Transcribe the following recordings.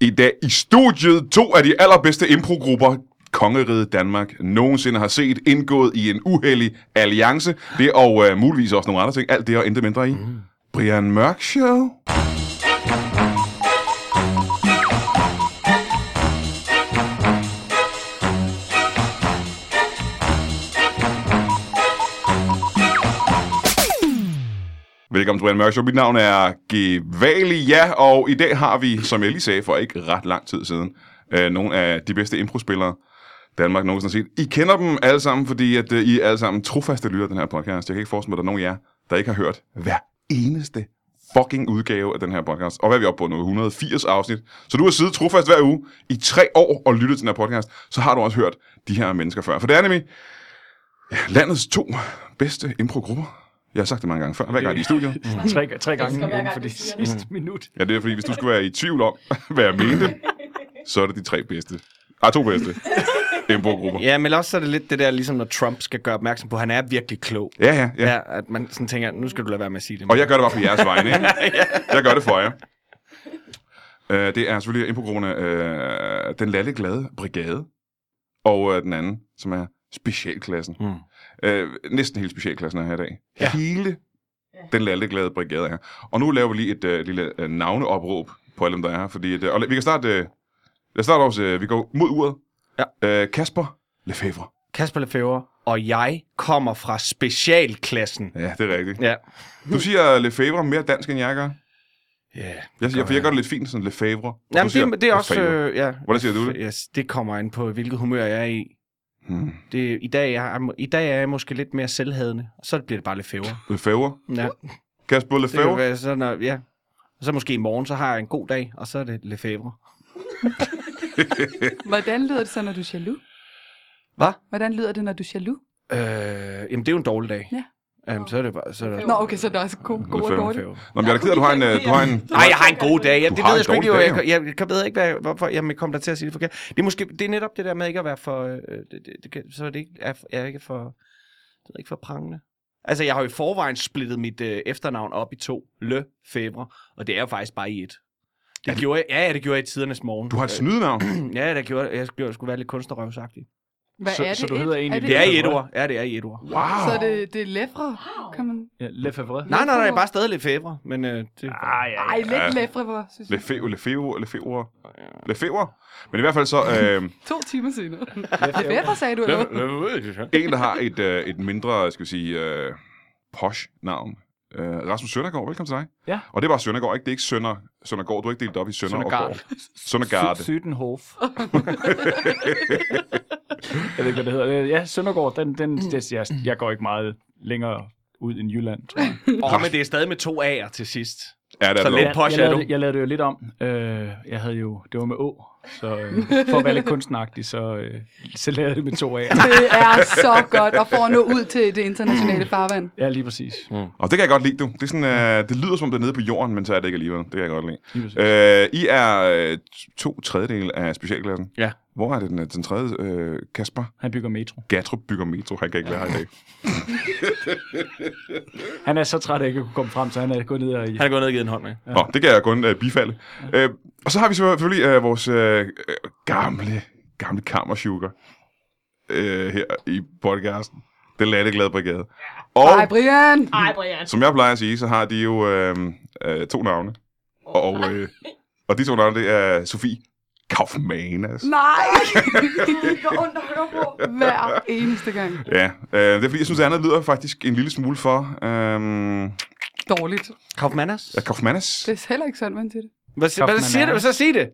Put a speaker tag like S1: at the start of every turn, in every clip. S1: I dag i studiet to af de allerbedste improgrupper Kongeriget Danmark nogensinde har set indgået i en uheldig alliance. Det og øh, muligvis også nogle andre ting. Alt det og intet mindre i. Mm. Brian Mørk Show. Velkommen til Brian Mørk Show. Mit navn er Gevalia, og i dag har vi, som jeg lige sagde for ikke ret lang tid siden, øh, nogle af de bedste improspillere, Danmark nogensinde har set. I kender dem alle sammen, fordi at, øh, I er alle sammen trofaste lytter af den her podcast. Jeg kan ikke forestille mig, at der er nogen af jer, der ikke har hørt hver eneste fucking udgave af den her podcast. Og hvad er vi oppe på nu? 180 afsnit. Så du har siddet trofast hver uge i tre år og lyttet til den her podcast, så har du også hørt de her mennesker før. For det er nemlig ja, landets to bedste improgrupper. Jeg har sagt det mange gange før, hver gang de er i studiet.
S2: Tre, tre gange
S3: hver gang,
S2: inden for
S3: du
S2: det
S3: siger det.
S2: sidste minut.
S1: Ja, det er fordi, hvis du skulle være i tvivl om, hvad jeg mente, så er det de tre bedste. Ah, to bedste. Improgrupper.
S4: Ja, men også så er det lidt det der, ligesom når Trump skal gøre opmærksom på, at han er virkelig klog.
S1: Ja, ja, ja.
S4: Ja, at man sådan tænker, nu skal du lade være med at sige det.
S1: Og jeg gør det bare på jeres vegne, ikke? Jeg gør det for jer. Uh, det er selvfølgelig improgrupperne uh, Den Lalleglade Brigade og uh, den anden, som er specialklassen. Mm.
S4: Mm.
S1: Uh, næsten hele specialklassen er her i dag. Ja. Hele Den Lalleglade Brigade er her. Og nu laver vi lige et uh, lille uh, navneopråb på alle dem, der er her. Fordi, at, uh, og la- vi kan starte... Uh, lad os starte også, uh, vi går mod uret. Ja. Uh, Kasper Lefebvre.
S4: Kasper Lefebvre og jeg kommer fra specialklassen.
S1: Ja, det er rigtigt.
S4: Ja.
S1: Du siger Lefebvre mere dansk, end jeg gør.
S4: Yeah.
S1: Jeg, siger, for jeg gør det lidt fint, sådan Lefebvre. og du
S4: Jamen,
S1: siger
S4: det, det er også...
S1: Lefebvre.
S4: Øh, ja.
S1: Hvordan siger du det?
S4: Yes, det kommer an på, hvilket humør jeg er i.
S1: Hmm.
S4: Det, i, dag er, jeg- I dag er jeg måske lidt mere selvhadende, og så bliver det bare Lefebvre.
S1: Lefebvre.
S4: Ja,
S1: Kasper
S4: det kan
S1: Lefebvre.
S4: være sådan, at, ja. Og så måske i morgen, så har jeg en god dag, og så er det Lefebvre.
S3: Hvordan lyder det så, når du er jaloux?
S4: Hvad?
S3: Hvordan lyder det, når du er jaloux?
S4: Øh, jamen, det er jo en dårlig dag.
S3: Ja.
S4: Øhm, så er det bare... Så er det
S3: Nå, okay, så der er også gode, gode og
S1: Lefebvre.
S3: dårlige.
S4: Lefebvre.
S1: Nå, men jeg er da ked af, at du har en... øh, Du har en
S4: Nej, jeg har en god dag. Jeg,
S1: Du
S4: det
S1: har
S4: ved
S1: en
S4: jeg sgu ikke.
S1: dårlig
S4: Jeg,
S1: dag,
S4: jeg, jeg, jeg ved ikke, hvad, hvorfor. Jeg men kom der til at sige det forkert. Det er, måske, det er netop det der med ikke at være for... Øh, det, det, det, kan- så er det ikke, er, jeg er ikke for... Det er ikke for prangende. Altså, jeg har jo i forvejen splittet mit øh, efternavn op i to. Le Febre. Og det er jo faktisk bare i et. Det gjorde jeg, ja, ja, det gjorde jeg i tidernes morgen. Øh,
S1: du har et snydenavn.
S4: Ja, det gjorde jeg. Jeg skulle, jeg skulle være lidt kunstnerøvsagtig.
S3: Hvad
S2: Så-
S3: er det?
S2: så du
S3: Et-
S2: hedder egentlig
S4: Det er i et
S2: Lefebvre.
S4: ord. Ja, det er i et ord.
S1: Wow.
S3: Så er det, det er læfre, kan man...
S2: Ja, Lefebvre.
S4: Nej, nej, nej, bare stadig Le Febre. Men øh, det,
S2: Ah, ja,
S3: Ej,
S2: ja.
S3: lidt
S1: Ja.
S3: læfre, hvor synes jeg.
S1: Lefebvre, Lefebvre, Lefebvre. Lefebvre. Men i hvert fald så øh,
S3: To timer senere. Læfre, sagde du, eller hvad?
S1: en, der har et, øh, et mindre, skal vi sige, øh, posh navn. Øh, Rasmus Søndergaard, velkommen til dig.
S2: Ja.
S1: Og det var Søndergaard, ikke? Det er ikke Sønder, Søndergaard. Du har ikke delt op i Sønder
S2: Søndergaard.
S1: og Gård. Søndergarde.
S2: Sydenhof. jeg ved ikke, hvad det hedder. Øh, Ja, Søndergaard, den, den, det, jeg, jeg går ikke meget længere ud end Jylland, tror jeg.
S4: Og men det er stadig med to A'er til sidst.
S1: Ja, det er
S4: Så
S1: det.
S4: lidt
S1: dog.
S4: posh
S2: jeg,
S4: er
S2: lavede,
S4: du.
S2: det- jeg lavede det jo lidt om. Øh, jeg havde jo, det var med Å, så øh, for at være lidt kunstnagtig, så, øh, så lavede jeg det med to af.
S3: Det er så godt at få nå ud til det internationale farvand.
S2: Ja, lige præcis.
S1: Og det kan jeg godt lide, du. Det, er sådan, øh, det lyder som om det er nede på jorden, men så er det ikke alligevel. Det kan jeg godt lide.
S2: Lige præcis.
S1: Øh, I er øh, to tredjedel af specialklassen.
S4: Ja.
S1: Hvor er det den, den tredje? Øh, Kasper
S2: Han bygger metro.
S1: Gatrup bygger metro. Han kan ikke være her i dag.
S2: Han er så træt af ikke at kunne komme frem, så han er gået ned og...
S4: Han er gået ned og givet en hånd med.
S1: Nå, det kan jeg kun øh, bifalde. Øh, og så har vi selvfølgelig øh, vores øh, øh, gamle, gamle kammersjukker øh, her i podcasten. Den latteglade brigade. Og
S3: Ej, Brian!
S5: Ej, Brian.
S1: som jeg plejer at sige, så har de jo øh, øh, to navne. Og, øh, og de to navne, det er Sofie Kaufmanas.
S3: Nej!
S5: Det går ondt at høre på.
S3: Hver eneste gang.
S1: Ja, øh, det er fordi, jeg synes, at andet lyder faktisk en lille smule for... Øh,
S3: Dårligt.
S4: Kaufmanners?
S1: ja, Kaufmanas.
S3: Det er heller ikke sådan, man siger det.
S4: Hvad, si- hvad
S2: Kaufmanners.
S4: siger du? Så sig det.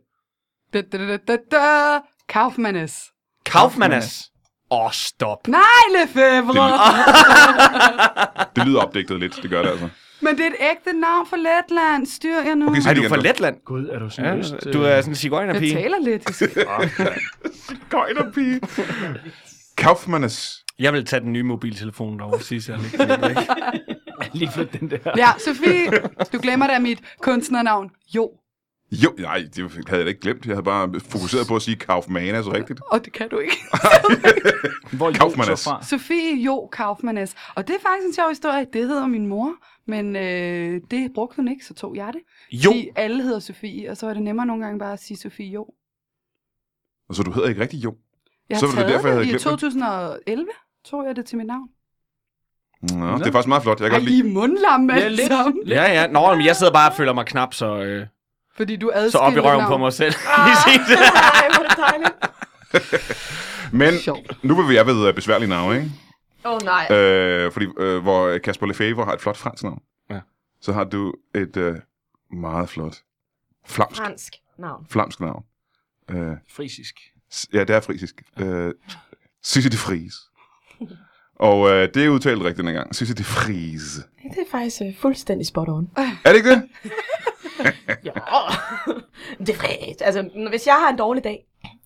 S3: Da, da, da, da, da. Kaufmannes.
S4: Kaufmanners. Åh, oh, stop.
S3: Nej, Lefebvre!
S1: Det lyder opdigtet lidt, det gør det altså.
S3: Men det er et ægte navn for Letland. Styr jer nu.
S1: Okay, så-
S4: Er du fra Letland?
S2: Gud, er du sådan
S4: Ja,
S2: ja, øst?
S4: du
S2: øh,
S4: er sådan en
S3: jeg
S4: cigøjnerpige.
S3: taler lettisk.
S1: Gøjnerpige. Kaufmanas.
S4: Jeg vil tage den nye mobiltelefon derovre, sidst jeg
S2: Lige flyt den der.
S3: Ja, Sofie, du glemmer da mit kunstnernavn. Jo,
S1: Jo, nej, det havde jeg da ikke glemt. Jeg havde bare fokuseret på at sige Kaufmanas rigtigt.
S3: og det kan du ikke.
S2: Hvor er
S1: Kaufmann
S2: Kaufmann
S1: er-
S2: så fra?
S3: Sofie Jo Kaufmannes. Og det er faktisk en sjov historie. Det hedder min mor. Men øh, det brugte hun ikke, så tog jeg det.
S4: Jo,
S3: Fordi alle hedder Sofie, og så er det nemmere nogle gange bare at sige Sofie Jo.
S1: Og så du hedder ikke rigtig Jo.
S3: Jeg
S1: Så
S3: har
S1: var det
S3: taget
S1: derfor, jeg havde
S3: det.
S1: glemt det.
S3: I 2011 tog jeg det til mit navn.
S1: Nå, Nå. det er faktisk meget flot. Jeg
S3: Jeg
S1: kan
S3: Ej,
S1: godt lide.
S3: I er mundlamme
S2: Ja,
S3: alle
S2: lidt.
S3: sammen.
S4: Ja, ja. Nå, men jeg sidder bare og føler mig knap, så, øh,
S3: Fordi du adskiller
S4: så op i røven
S3: navn. Ah.
S4: på mig selv.
S6: Ah,
S4: Lige sent.
S5: Ej, hvor er det dejligt.
S1: Men
S3: Sjovt.
S1: nu vil jeg ved øh, besværlige navne, ikke?
S5: Åh oh, nej.
S1: Øh, fordi øh, hvor Kasper Lefebvre har et flot fransk navn,
S4: Ja.
S1: så har du et øh, meget flot flamsk,
S5: Fransk navn.
S1: flamsk navn. Øh,
S2: Frisisk.
S1: s- ja, det er frisisk. Øh, Sissi de Fries. Og øh, det er udtalt rigtigt den gang. Sissi de Fries.
S6: Det er faktisk øh, fuldstændig spot on.
S1: Er det ikke det?
S5: Ja. det er fræst. Altså, når- hvis jeg har en dårlig dag,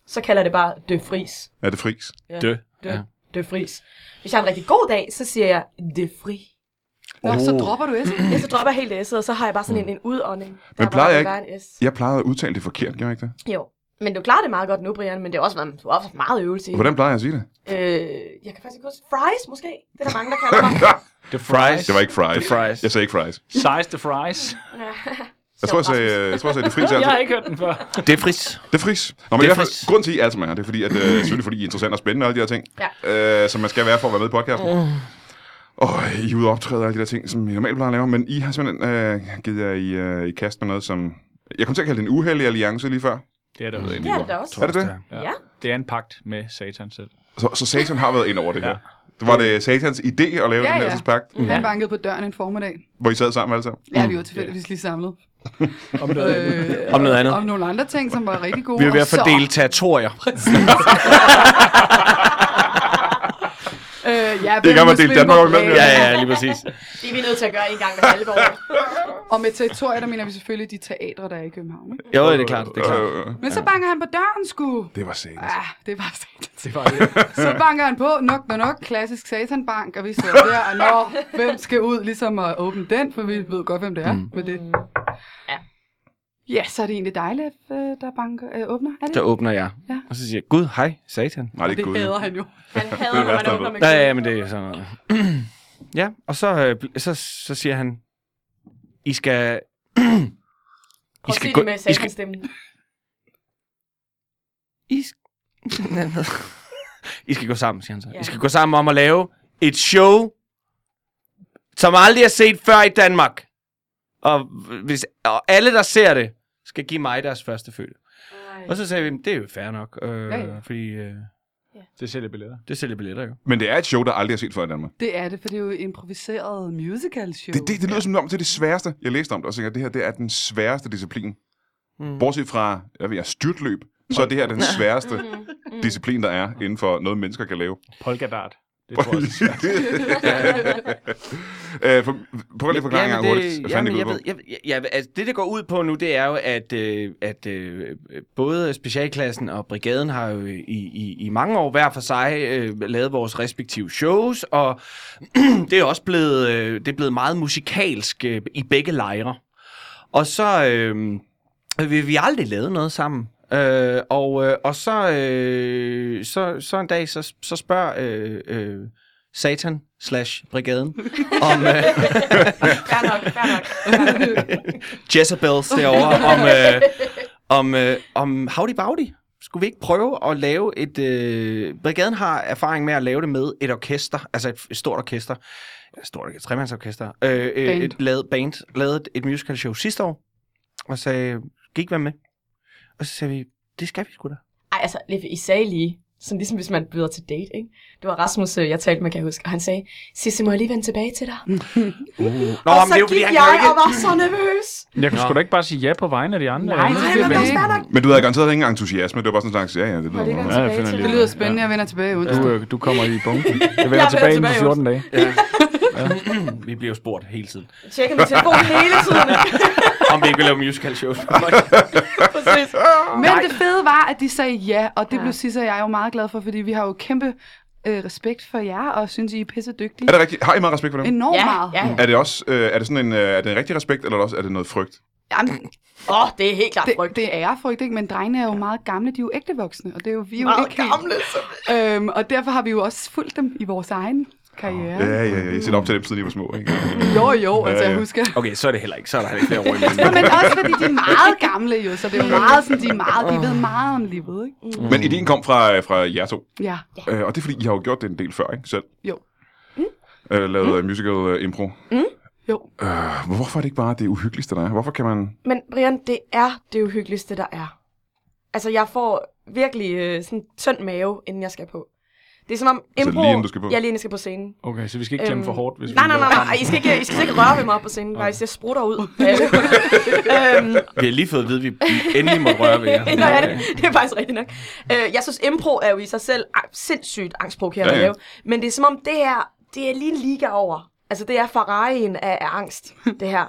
S5: så kalder det bare de fris.
S1: Er det Fries?
S4: Dø.
S5: De,
S4: Ja.
S5: ja. de fris. Hvis jeg har en rigtig god dag, så siger jeg de fri.
S3: Nå,
S1: Oh.
S3: så dropper du S'en.
S5: Ja, så dropper jeg helt S'et, og så har jeg bare sådan en, en udånding. Der
S1: Men
S5: er
S1: plejer
S5: bare
S1: jeg
S5: bare en S.
S1: Jeg plejede at udtale det forkert, gjorde jeg ikke det?
S5: Jo. Men du klarer det meget godt nu, Brian, men det har også været, du har også haft meget øvelse i. det.
S1: Hvordan plejer jeg at sige det?
S5: Øh, jeg kan faktisk ikke huske. Fries, måske? Det er der mange, der kalder mig.
S2: The fries.
S1: Det var ikke fries.
S4: Det er fries.
S1: Jeg sagde ikke fries.
S2: Size the fries.
S1: Jeg tror, jeg sagde, jeg tror, jeg sagde det er fris.
S2: Jeg
S1: Altså.
S2: har ikke hørt den før.
S4: Det er fris.
S1: Det er fris. Nå, men
S4: Det
S1: det
S4: er
S1: er fris.
S4: fris.
S1: Grunden til, at I er, som I er, det er fordi, at, øh, selvfølgelig fordi I er interessant og spændende og alle de her ting, ja. øh, som man skal være for at være med i podcasten.
S4: Mm.
S1: Og I er ude og optræde og alle de der ting, som I normalt plejer at lave, men I har simpelthen øh, givet jer i, øh, i kast med noget, som... Jeg kom til at kalde det en uheldig alliance lige før.
S2: Det er der jo
S5: Det er det da også.
S1: Er det det?
S5: Ja.
S2: Det er en pagt med satan selv.
S1: Så, så Satan har været ind over det her.
S2: Ja.
S1: Det var det Satans idé at lave
S3: Ja,
S1: ja, den her
S3: ja. Mm-hmm.
S1: ja. pagt, mm.
S3: Han bankede på døren en formiddag.
S1: hvor I sad sammen alle sammen.
S3: Ja, vi var tilfældigvis lige samlet.
S2: Om noget andet.
S3: Øh,
S4: Mm. Om noget andet.
S3: Om nogle andre ting, som var rigtig gode.
S4: Vi er ved
S3: og
S4: at
S3: øh,
S4: fordele territorier.
S3: Så, øh, ja,
S1: Det kan man dele Danmark op imellem,
S3: Ja,
S4: Ja,
S3: ja.
S4: ja, lige præcis.
S5: Det er vi nødt til at gøre en gang hver halve år.
S3: Og med territorier, der mener vi selvfølgelig de teatre, der er i København. Ikke?
S4: Jo, det er klart. Det er klart.
S1: Øh,
S3: Men så banker han på døren, sgu.
S1: det var Satan.
S3: Ah, det var satan.
S2: Det var det.
S3: Så banker han på, nok var nok, klassisk satanbank, og vi sidder der, og nå, hvem skal ud ligesom at åbne den, for vi ved godt, hvem det er mm. med det.
S5: Ja.
S3: Ja, så er det egentlig dejligt, at, øh, der banker, øh, åbner, er det?
S4: Så åbner jeg.
S3: Ja.
S4: Og så siger jeg, Gud, hej, satan.
S1: Nej, det er
S3: det
S1: Gud.
S3: hader han jo.
S5: Han hader, når
S1: værste, jeg
S5: man åbner med
S4: Ja, ja, men det er sådan noget. Ja, og så, øh, bl- så, så siger han, I skal...
S5: Prøv
S4: I skal
S5: at sige
S4: gå...
S5: det med
S4: I skal...
S5: satansstemmen.
S4: I skal... I skal gå sammen, siger han så.
S5: Ja.
S4: I skal gå sammen om at lave et show, som aldrig er set før i Danmark. Og, hvis, og alle, der ser det, skal give mig deres første følge. Og så sagde vi, "Men det er jo fair nok, øh, ja,
S3: Ja,
S4: ja.
S3: ja.
S4: fordi øh,
S2: Det sælger billetter.
S4: det sælger billetter jo.
S1: Men det er et show, der aldrig er set før i Danmark.
S3: Det er det, for det er jo et improviseret musical show.
S1: Det, det, det lyder som om, det er det sværeste. Jeg læste om det og tænkte, at det her det er den sværeste disciplin. Mm. Bortset fra, jeg ved, jeg, styrtløb, så er det her den sværeste disciplin, der er inden for noget, mennesker kan lave.
S2: Polka dart. Det tror jeg.
S1: Øh, for, prøv lige at forklare ja, en gang hurtigt. Hvad fanden
S4: jamen,
S1: det
S4: jeg
S1: går ud
S4: ved,
S1: på?
S4: jeg, jeg, jeg, altså, det, det går ud på nu, det er jo, at, øh, at øh, både specialklassen og brigaden har jo i, i, i mange år hver for sig øh, lavet vores respektive shows, og det er også blevet, øh, det er blevet meget musikalsk øh, i begge lejre. Og så øh, vi, vi har aldrig lavet noget sammen. Øh, og, øh, og så, øh, så, så en dag, så, så spørger øh, øh, Satan slash brigaden om... Øh,
S5: Fair nok, fair nok.
S4: Jezebels derovre, om, øh, om, øh, om Howdy Bowdy. Skulle vi ikke prøve at lave et... Øh, brigaden har erfaring med at lave det med et orkester, altså et, et stort orkester. Et stort orkester, tremandsorkester. Øh, øh,
S3: Band.
S4: et lavet band, lavede et, et musical show sidste år, og sagde, gik være med. Og så sagde vi, det skal vi sgu da.
S5: Ej, altså, Leffe, I sagde lige, sådan ligesom hvis man byder til date, ikke? Det var Rasmus, øh, jeg talte med, kan jeg huske, og han sagde, Sisse, må jeg lige vende tilbage til dig?
S4: Nå,
S5: og
S4: men
S5: så
S4: det er jo, fordi
S5: gik
S4: han kan jo
S5: jeg og
S4: ikke...
S5: var så nervøs.
S2: Jeg kunne
S4: Nå.
S2: sgu da ikke bare sige ja på vegne af de andre.
S3: Nej,
S5: Nej,
S3: det er
S5: men også
S3: ikke.
S5: fair nok.
S1: Men du havde garanteret ingen entusiasme. Det var bare sådan en slags, ja, ja, det lyder
S5: det
S1: meget.
S5: gør
S1: Ja.
S2: jeg finder
S5: Tilbage
S2: lige.
S5: til-
S3: det lyder spændende, jeg vender tilbage i onsdag.
S2: Du, øh, du kommer i bunken. Jeg vender
S5: vender
S2: tilbage inden
S5: tilbage
S2: for
S5: i
S2: 14 dage.
S4: Ja. vi bliver jo spurgt hele tiden,
S5: Jeg tjekker min telefon hele tiden.
S4: om vi ikke vil lave musical shows.
S5: Præcis.
S3: Men Nej. det fede var, at de sagde ja, og det blev Sisse og jeg jo meget glad for, fordi vi har jo kæmpe øh, respekt for jer, og synes, I er pisse dygtige.
S1: Er det rigtigt? Har I meget respekt for dem?
S3: Enormt
S5: Ja,
S3: meget.
S5: ja.
S1: Er det også øh, er det sådan en, øh, er det en rigtig respekt, eller er det også er det noget frygt?
S3: Jamen,
S5: Åh, oh, det er helt klart
S3: det,
S5: frygt.
S3: det er frygt, ikke? Men drengene er jo meget gamle, de er jo ægte voksne, og det er jo vi er jo
S5: Meget
S3: ikke helt-
S5: gamle, så...
S3: Øhm, og derfor har vi jo også fulgt dem i vores egen karriere.
S1: Ja, ja, ja. Jeg sætter op til dem, siden I var små. Ikke?
S3: Jo, jo, altså
S1: Ja, ja.
S3: jeg husker.
S4: Okay, så er det heller ikke. Så er der heller ikke flere ord i
S3: Ja,
S4: munden.
S3: men også fordi de er meget gamle jo, så det er jo meget sådan, de, er meget, de ved meget om livet, ikke?
S1: Men ideen kom fra, fra jer to.
S3: Ja,
S1: Øh, og det er fordi, I har jo gjort det en del før, ikke? Selv.
S3: Jo.
S1: Mm. Øh, lavet mm. musical øh, impro.
S3: jo.
S1: Øh, hvorfor er det ikke bare det uhyggeligste, der er? Hvorfor kan man...
S5: Men Brian, det er det uhyggeligste, der er. Altså, jeg får virkelig øh, sådan en tynd mave, inden jeg skal på. Det er som om
S1: Altså,
S5: impro...
S1: lige inden du skal på?
S5: Ja, lige inden jeg skal på scenen. Øhm,
S2: Okay, så vi skal ikke klemme for hårdt, hvis vi
S5: nej, nej, nej,
S2: laver
S5: nej, nej, I skal ikke, I skal ikke røre ved mig på scenen, faktisk. Jeg sprutter ud. øhm,
S4: Vi har lige fået at vide, at vi endelig må røre ved jer.
S5: Nå, ja, det, det er faktisk rigtigt nok. Øh, jeg synes, impro er jo i sig selv ah, sindssygt angstprovokerende
S1: Ja, ja.
S5: ja, ja. at lave. Men det er som om, det her, det er lige en liga over. Altså, det er Ferrari'en af, af angst, det her.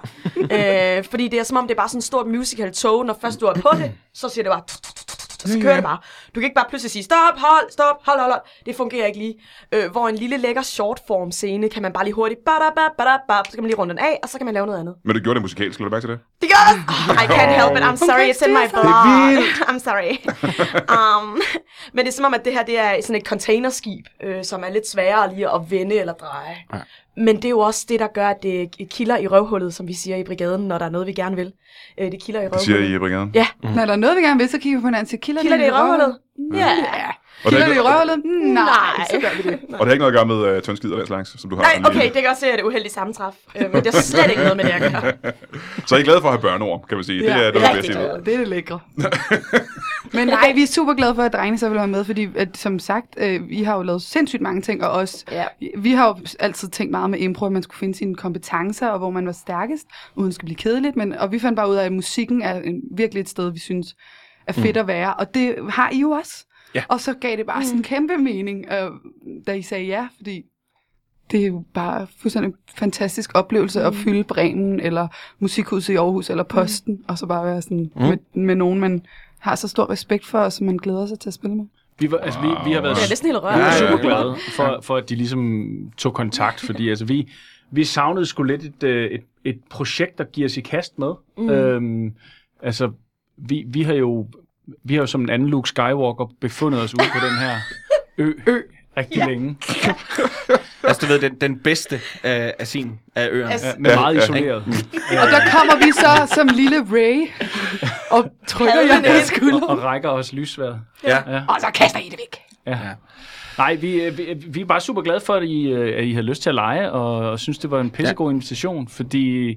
S5: øh, fordi det er som om, det er bare sådan et stort musical tog. Når først du er på det, så siger det bare... tut, tut, tut, tut, og Så kører det bare. Du kan ikke bare pludselig sige, stop, hold, stop, hold, hold, hold. Det fungerer ikke lige. Øh, hvor en lille lækker shortform scene, kan man bare lige hurtigt, badabab, badabab, så kan man lige runde den af, og så kan man lave noget andet.
S1: Men du gjorde det musikalsk, lad du mærke til det?
S5: Det gør det. Oh, I can't help it. I'm sorry. It's in my blood. I'm sorry. Um, men det er som om, at det her det er sådan et containerskib, øh, som er lidt sværere lige at vende eller dreje.
S4: Ja.
S5: Men det er jo også det, der gør, at det kilder i røvhullet, som vi siger i brigaden, når der er noget, vi gerne vil. Øh, det kilder i
S1: Det siger
S5: røvhullet.
S1: I i brigaden.
S5: Ja.
S3: Mm. Når der er noget, vi gerne vil, så kigger vi på hinanden til kilder,
S5: Kilder det i røvhullet? Ja. Yeah.
S1: Og det, har
S3: Kilder det Mm. i
S1: ikke,
S3: røvhullet? Mm, Nej,
S5: Nej.
S3: så gør vi det.
S1: og det har ikke noget at gøre med øh, tyndskid og den slags, som du har.
S5: Nej,
S1: sådan lige-
S5: okay, det kan også se, at det er uheldigt sammentræf. Øh, men det er slet ikke noget med det, jeg gør.
S1: Så er I glade for at have børneord, kan man sige. Det
S3: Ja,
S1: er noget,
S5: rigtig
S1: bedste, I ved.
S5: glade.
S3: Det er det lækre. Men nej, vi er super glade for, at drengene så vil være med, fordi at, som sagt, øh, vi har jo lavet sindssygt mange ting, og også,
S5: Ja.
S3: vi har jo altid tænkt meget med impro, at man skulle finde sine kompetencer, og hvor man var stærkest, uden at det skulle blive kedeligt, men, og vi fandt bare ud af, at musikken er en, virkelig et sted, vi synes er
S1: Mm.
S3: fedt at være, og det har I jo også.
S4: Ja.
S3: Og så gav det bare
S5: Mm.
S3: sådan en kæmpe mening, øh, da I sagde ja, fordi det er jo bare fuldstændig en fantastisk oplevelse at fylde Bremen, eller Musikhuset i Aarhus, eller Posten, og så bare være sådan mm. med, med nogen, man har så stor respekt for, og som man glæder sig til at spille med.
S2: Vi, var, altså, vi, vi har været
S5: Jeg er næsten helt
S2: Vi
S5: rørt.
S2: var
S1: Ja, ja,
S2: super
S1: ja.
S2: glade for, for, at de ligesom tog kontakt, fordi altså, vi, vi savnede sgu lidt et, øh, et, et projekt, der giver os i kast med. Mm. Øhm, altså, vi, vi har jo vi har jo som en anden Luke Skywalker befundet os ude på den her ø, ø rigtig ja. længe.
S4: Altså, du ved, den, den bedste af, af sin af øerne.
S5: Altså,
S2: Ja, men
S1: Ja,
S2: meget
S1: ja.
S2: isoleret.
S3: Og der kommer vi så som lille Ray og trykker
S5: Havde
S3: jer
S5: det.
S3: deres skulder.
S2: Og, og rækker os lysværet.
S4: ja.
S3: Og så kaster I det væk.
S2: Ja. Nej, vi, øh, vi, vi er bare super glade for, at I, øh, at I havde lyst til at lege, og, og synes, det var en pissegod ja. invitation, fordi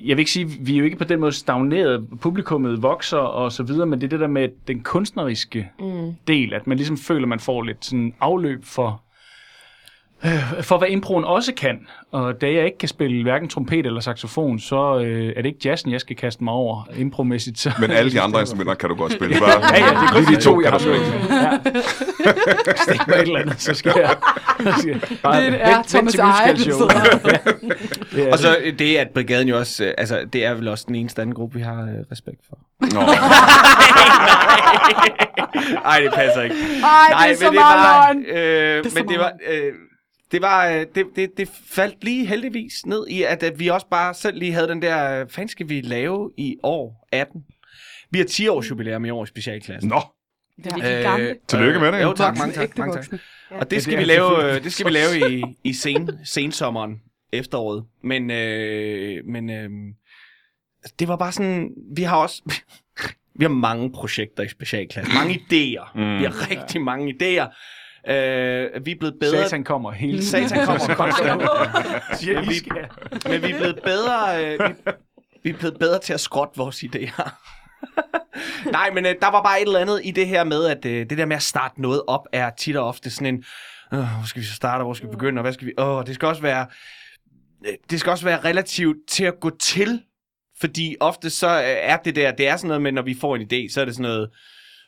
S2: jeg vil ikke sige, vi er jo ikke på den måde stagneret, publikummet vokser og så videre, men det er det der med den kunstneriske mm. del, at man ligesom føler, man får lidt sådan afløb for, øh, for hvad improen også kan. Og da jeg ikke kan spille hverken trompet eller saxofon, så øh, er det ikke jazzen, jeg skal kaste mig over impromæssigt. Så
S1: Men alle de andre instrumenter kan du godt spille. Bare
S2: Ja, ja, det er kun
S1: lige
S2: de to,
S1: kan
S2: jeg har
S1: du sgu ikke.
S2: med. Ja. Stik mig et eller andet, så skal jeg... så skal jeg- Bare
S3: Det er
S2: vent- vent til
S3: Thomas Eje, der
S2: musicalshowet. Ja. Det er
S4: Og så
S2: det.
S4: øh, det, at brigaden jo også, øh, altså, det er vel også den eneste anden gruppe, vi har øh, respekt for.
S1: Nå,
S4: Nej, det passer ikke.
S3: Ej, det er så meget løgn.
S4: øh,
S3: så
S4: men det var,
S3: meget
S4: øh, det var, øh, det, det, det faldt lige heldigvis ned i, at, at vi også bare selv lige havde den der, øh, fanden skal vi lave i år 18? Vi har 10 års jubilæum i år i specialklassen.
S1: nå.
S5: Det er
S4: Øh,
S5: virkelig gamle.
S1: Tillykke med det.
S4: Jo, tak.
S3: Voksne,
S4: Mange tak.
S3: ægte
S4: Mange tak.
S3: voksne.
S4: Og det skal,
S2: det
S4: vi
S2: er
S4: lave,
S2: selvfølgelig.
S4: øh, det skal vi lave i, i sen, sensommeren, efteråret. Men, øh, men øh, det var bare sådan, vi har også... Vi har mange projekter i specialklassen. Mange idéer.
S1: Mm.
S4: Mm. Vi har rigtig mange idéer. Øh, vi er blevet bedre...
S2: Satan kommer hele tiden.
S4: Satan kommer konstant.
S2: Siger,
S4: Men
S2: I
S4: vi-
S2: skal.
S4: Men vi er blevet bedre, øh, vi, vi er blevet bedre til at skrotte vores idéer. Nej, men øh, der var bare et eller andet i det her med, at øh, det der med at starte noget op, er tit og ofte sådan en, øh, hvor skal vi så starte, og hvor skal vi begynde, og hvad skal vi... Åh, det skal også være, øh, det skal også være relativt til at gå til, fordi ofte så øh, er det der, det er sådan noget med, når vi får en idé, så er det sådan noget,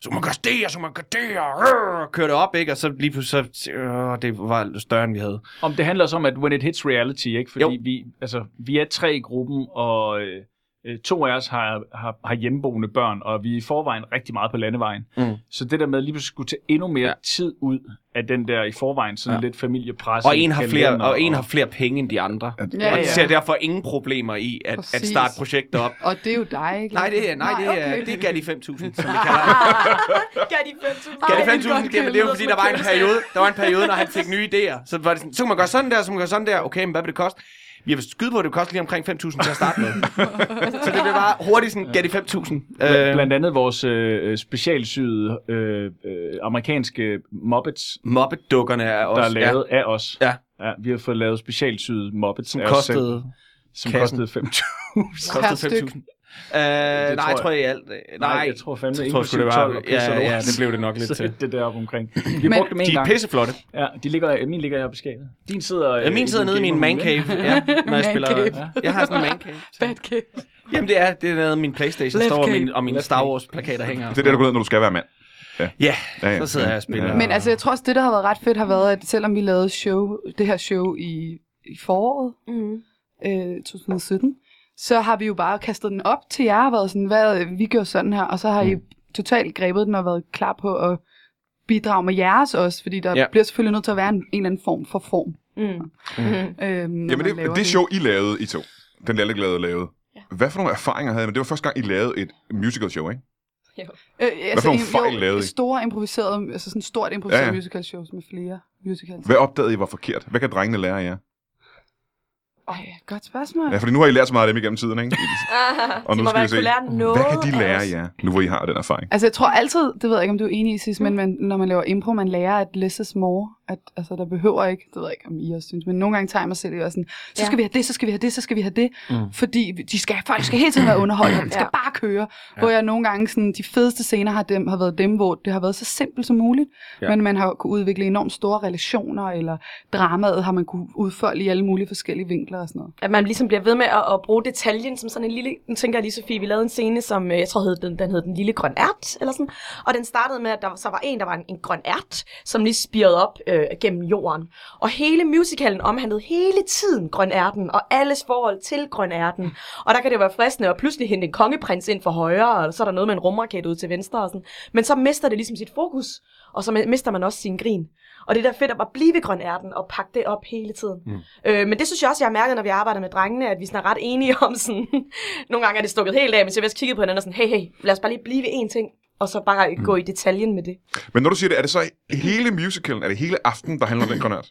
S4: så man gør det, og så man gør det, og, øh, og kører det op, ikke? Og så lige pludselig, så, øh, det var større, end vi havde.
S2: Om det handler også om, at when it hits reality, ikke? Fordi
S4: Jo.
S2: vi, altså, vi er tre i gruppen, og øh, øh, to af os har, har, har hjemmeboende børn, og vi er i forvejen rigtig meget på landevejen.
S4: Mm.
S2: Så det der med at lige pludselig skulle tage endnu mere
S4: Ja.
S2: ja. tid ud af den der i forvejen sådan
S4: Ja.
S2: ja. lidt familiepres.
S4: Og en, har flere, og en har flere penge end de andre. Ja,
S3: Ja,
S4: Og
S3: ja.
S4: de ser derfor ingen problemer i at, at
S3: Præcis.
S4: starte projekter op.
S3: Og det er jo dig, ikke?
S4: Nej, det er, nej, det er,
S3: okay.
S4: det er Galli 5.000, som vi kalder det.
S5: Gav de 5.000?
S4: Galli
S3: Ej, det er
S4: 5.000, jamen,
S3: godt
S4: det er jo
S3: kæmpet,
S4: fordi, der var en periode, der var en periode, når han fik nye idéer. Så, var det sådan, så kan man gøre sådan der, så kan man gøre sådan der. Okay, men hvad vil det koste? Vi har vist skyde på, at det vil koste lige omkring 5.000 til at starte med. så det blev bare hurtigt sådan, Galli 5.000.
S2: Øh,
S4: Øh,
S2: blandt andet vores øh, specialsyede øh, øh, amerikanske Muppets,
S4: Mobbedukkerne er
S2: der
S4: også...
S2: er lavet ja. af os.
S4: Ja.
S2: ja. Vi har fået lavet specialsyede Muppets
S4: som
S2: af os selv,
S4: kostede,
S2: som
S4: kassen.
S2: kostede 5.000.
S3: Per styk.
S4: kostede 5.000. Øh, nej,
S2: tror
S4: jeg
S2: jeg-
S4: tror jeg i alt. øh, Nej,
S2: jeg tror fandme,
S4: jeg
S2: jeg
S4: tror
S2: tror,
S4: sgu, det
S2: inklusive
S4: var-
S2: 12 og
S4: ja,
S2: pisse lort.
S4: ja, det blev det nok lidt
S2: Så
S4: til.
S2: det der op omkring. Vi
S3: Men
S2: brugte dem en
S4: de er
S2: gang.
S4: pisseflotte.
S2: Ja, de ligger, øh, min ligger jeg på skabet. Din sidder... øh,
S4: Ja, min
S2: i
S4: sidder
S2: din
S4: nede i min man
S2: gamerroom,
S4: cave, ja, når jeg
S3: Man
S4: spiller.
S3: cave.
S4: Ja. Jeg har sådan en man cave.
S3: Bad kid.
S4: Jamen det er, det er nede min Playstation
S3: Left
S4: står og
S3: cave.
S4: min, og mine
S2: Left
S4: Star
S2: cave.
S4: Wars plakater hænger.
S1: Det er det, der går ned, når du skal være mand.
S4: Ja,
S1: Ja, ja.
S4: så sidder jeg og spiller.
S1: Ja.
S3: Men altså, jeg tror også, det, der har været ret fedt, har været, at selvom vi lavede show, det her show i, i foråret
S5: Mm.
S3: øh, 2017, så har vi jo bare kastet den op til jer og været sådan, hvad, øh, vi gjorde sådan her, og så har
S1: Mm.
S3: I totalt grebet den og været klar på at bidrage med jeres også, fordi der
S4: Ja.
S3: ja. bliver selvfølgelig nødt til at være en, en eller anden form for form.
S5: Mm. Mm.
S3: Øh,
S1: Jamen, det, det show, I lavede, I to. Den lalleglade lavede. Hvad for nogle erfaringer havde I? Men det var første gang, I lavede et musical show, ikke?
S3: Øh, altså,
S1: nogle
S3: en-
S1: fejl
S3: jo,
S1: lavede I?
S3: Store improviserede, altså sådan stort improviseret
S1: Ja,
S3: ja,
S1: ja.
S3: ja. musical shows med flere musicals.
S1: Hvad opdagede I var forkert? Hvad kan drengene lære af jer?
S3: Ej, godt spørgsmål.
S1: Ja, fordi nu har I lært så meget af dem igennem tiden, ikke?
S5: Ah,
S1: Og nu
S5: de må
S1: skal
S5: være
S1: vi se,
S5: lære noget
S1: hvad kan de lære
S5: af os.
S1: jer, nu hvor I har den erfaring?
S3: Altså, jeg tror altid, det ved jeg ikke, om du er enig i, Sis,
S5: Mm.
S3: men man, når man laver impro, man lærer, at less is more. At, altså, der behøver ikke, det ved jeg ikke, om I også synes, men nogle gange tager jeg mig selv i og er sådan, så
S5: Ja.
S3: skal vi have det, så skal vi have det, så skal vi have det. Mm. Fordi vi- de skal, folk skal hele tiden være underholdt, og det skal
S5: Ja.
S3: bare køre. Ja. Hvor jeg nogle gange, sådan, de fedeste scener har, dem, har været dem, hvor det har været så simpelt som muligt,
S4: Ja.
S3: ja. men man har kunne udvikle enormt store relationer, eller dramaet har man kunne udfolde i alle mulige forskellige vinkler og sådan noget.
S5: At man ligesom bliver ved med at, at bruge detaljen som sådan en lille... Nu tænker jeg lige, Sofie, vi lavede en scene, som øh, jeg tror, hed den, den hed Den Lille Grøn Ært, eller sådan. Og den startede med, at der var- så var en, der var en, en grøn ært, som lige spirede op øh, gennem jorden. Og hele musicalen omhandlede hele tiden grøn ærten, og alles forhold til grøn ærten. Og der kan det være fristende at pludselig hente en kongeprins ind for højre, og så er der noget med en rumraket ud til venstre og sådan. Men så mister det ligesom sit fokus, og så mi- mister man også sin grin. Og det er da fedt at bare blive ved grøn ærten og pakke det op hele tiden. Mm. Øh, men det synes jeg også, jeg har mærket, når vi arbejder med drengene, at vi sådan er ret enige om sådan... nogle gange er det stukket helt af, men så har vi også kigget på hinanden og sådan, hey, hey, lad os bare lige blive ved én ting, og så bare mm. gå i detaljen med det.
S1: Men når du siger det, er det så hele musicalen, er det hele aftenen, der handler om den koncert?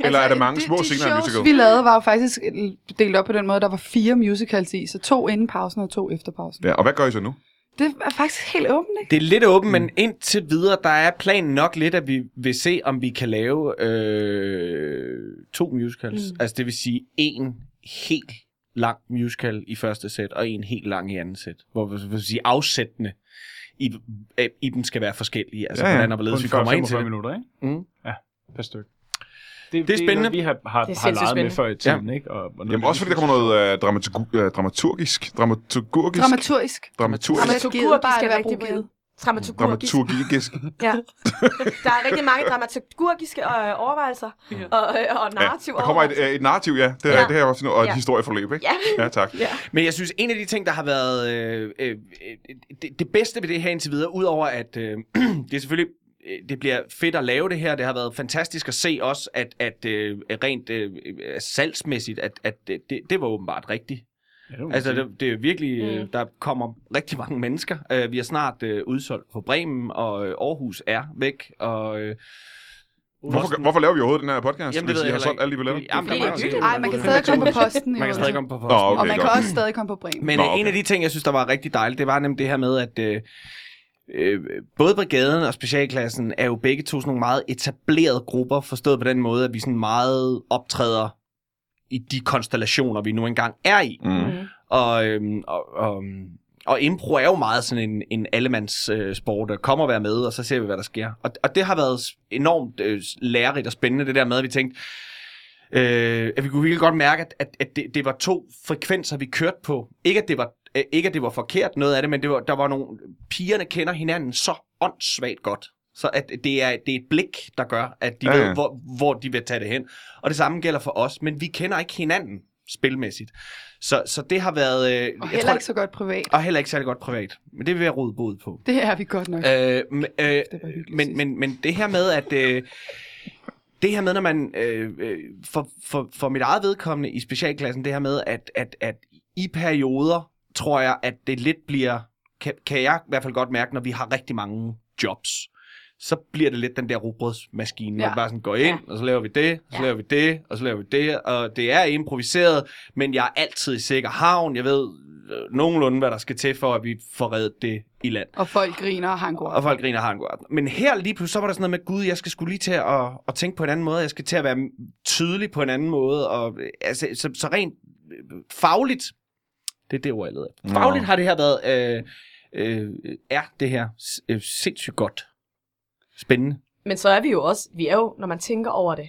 S1: Eller er der mange små
S3: de, de
S1: scener i
S3: shows,
S1: musicalen?
S3: vi lavede, var jo faktisk øh, delt op på den måde, der var fire musicals i, så to inden pausen og to efter pausen.
S1: Ja, og hvad gør I så nu?
S3: Det er faktisk helt åbent, ikke?
S4: Det er lidt åbent, men indtil videre, der er planen nok lidt, at vi vil se, om vi kan lave øh, to musicals. Mm. Altså det vil sige en helt lang musical i første sæt, og en helt lang i anden sæt. Hvor vi vil sige afsættende i, øh, i dem skal være forskellige. Altså
S1: Ja,
S4: ja,
S1: ja.
S4: ja. hvordan og hvorledes
S2: Kun
S4: vi kommer ind til
S2: 40-45
S4: det.
S2: minutter, ikke?
S4: Mm.
S2: Ja, per stykke. Det,
S4: spændende.
S2: noget, vi har, har,
S5: Det er
S2: har leget med
S5: sindssygt
S2: før i tiden, ikke? Og, og noget,
S1: Jamen også fordi der kommer noget uh, dramaturg- uh, dramaturgisk, dramaturgisk,
S3: Dramaturgisk.
S1: dramaturgisk,
S3: Dramaturgisk.
S5: Dramaturgiet,
S3: Dramaturgiet
S5: de
S3: bare
S5: skal
S3: være
S5: rigtig
S3: brugt.
S5: brugt. Dramaturgisk.
S1: dramaturgisk.
S5: Ja. Der er rigtig mange dramaturgiske øh, overvejelser og, øh, og
S1: Ja,
S5: narrativ
S1: der kommer et, øh, et narrativ, ja. Det, ja.
S5: Ja.
S1: det her også nu, og et
S5: Ja.
S1: historieforløb, ikke?
S5: Ja.
S1: Ja, tak.
S5: Ja.
S4: Men jeg synes, en af de ting, der har været øh, øh, øh, det, det bedste ved det her indtil videre, udover at øh, det er selvfølgelig øh, det bliver fedt at lave det her. Det har været fantastisk at se også, at, at øh, rent øh, øh, salgsmæssigt, at, at øh, det, det var åbenbart rigtigt.
S2: Ja, det må man
S4: Altså,
S2: sige.
S4: det, det er virkelig, øh,
S5: Mm.
S4: der kommer rigtig mange mennesker. Øh, vi er snart øh, udsolgt på Bremen, og øh, Aarhus er væk. Og, øh,
S1: Hvorfor, hvorfor laver vi overhovedet den her podcast,
S4: Jamen, det ved
S1: hvis I
S4: jeg
S1: har
S4: heller
S1: solgt
S4: ikke.
S1: alle de billetter?
S4: Jamen,
S5: Fordi
S4: der
S5: det er
S4: mange-
S5: hyggeligt.
S3: Ej, man kan stadig komme på posten.
S4: Man kan stadig komme på posten.
S1: Nå, okay,
S3: Og man kan
S1: godt.
S3: også stadig komme på Bremen.
S4: Men
S1: Nå,
S4: Nå, okay. en
S1: okay.
S4: af de ting, jeg synes, der var rigtig dejligt, det var nemlig det her med, at øh, øh, både brigaden og specialklassen er jo begge to sådan nogle meget etablerede grupper, forstået på den måde, at vi sådan meget optræder i de konstellationer, vi nu engang er i.
S1: Mm.
S5: Mm.
S4: Og, øhm, og, og, og impro er jo meget sådan en, en allemandssport. Øh, sport. Kom og vær med, og så ser vi, hvad der sker. Og, og det har været s- enormt øh, lærerigt og spændende, det der med, at vi tænkte, øh, at vi kunne virkelig godt mærke, at, at, at det, det var to frekvenser, vi kørte på. Ikke at det var, øh, ikke at det var forkert noget af det, men det var, der var nogle... Pigerne kender hinanden så åndssvagt godt. Så at det er, det er et blik, der gør, at de
S1: Ja,
S4: ja, ja.
S1: ja.
S4: ved, hvor, hvor de vil tage det hen. Og det samme gælder for os, men vi kender ikke hinanden spilmæssigt. Så, så det har været... Øh,
S3: Og
S4: jeg
S3: heller
S4: tror, Ah.
S3: ikke så godt privat.
S4: og heller ikke særlig godt privat. Men det vil jeg rode bod på.
S3: Det er vi godt nok.
S4: Øh, men, øh,
S3: Det var hyggeligt
S4: men, men, men det her med, at... Øh, det her med, når man øh, øh, for, for, for mit eget vedkommende i specialklassen, det her med, at, at, at i perioder, tror jeg, at det lidt bliver, kan, kan jeg i hvert fald godt mærke, når vi har rigtig mange jobs, så bliver det lidt den der robrødsmaskine, ja. hvor
S3: Ja.
S4: vi bare sådan går ind, ja. og så laver vi det, og så ja. laver vi det, og så laver vi det, og det er improviseret, men jeg er altid i sikker havn, jeg ved øh, nogenlunde, hvad der skal til, for at vi får reddet det i land.
S3: Og folk griner og han går.
S4: Og folk griner har en god aften. Men her lige pludselig, så var der sådan noget med, gud, jeg skal skulle lige til at, at tænke på en anden måde. Jeg skal til at være tydelig på en anden måde. Og, øh, altså, så, så rent øh, fagligt, det er det ord, jeg leder. efter.
S1: Nå.
S4: Fagligt har det her været, øh, øh, er det her s- øh, sindssygt godt. Spændende.
S5: Men så er vi jo også, vi er jo, når man tænker over det,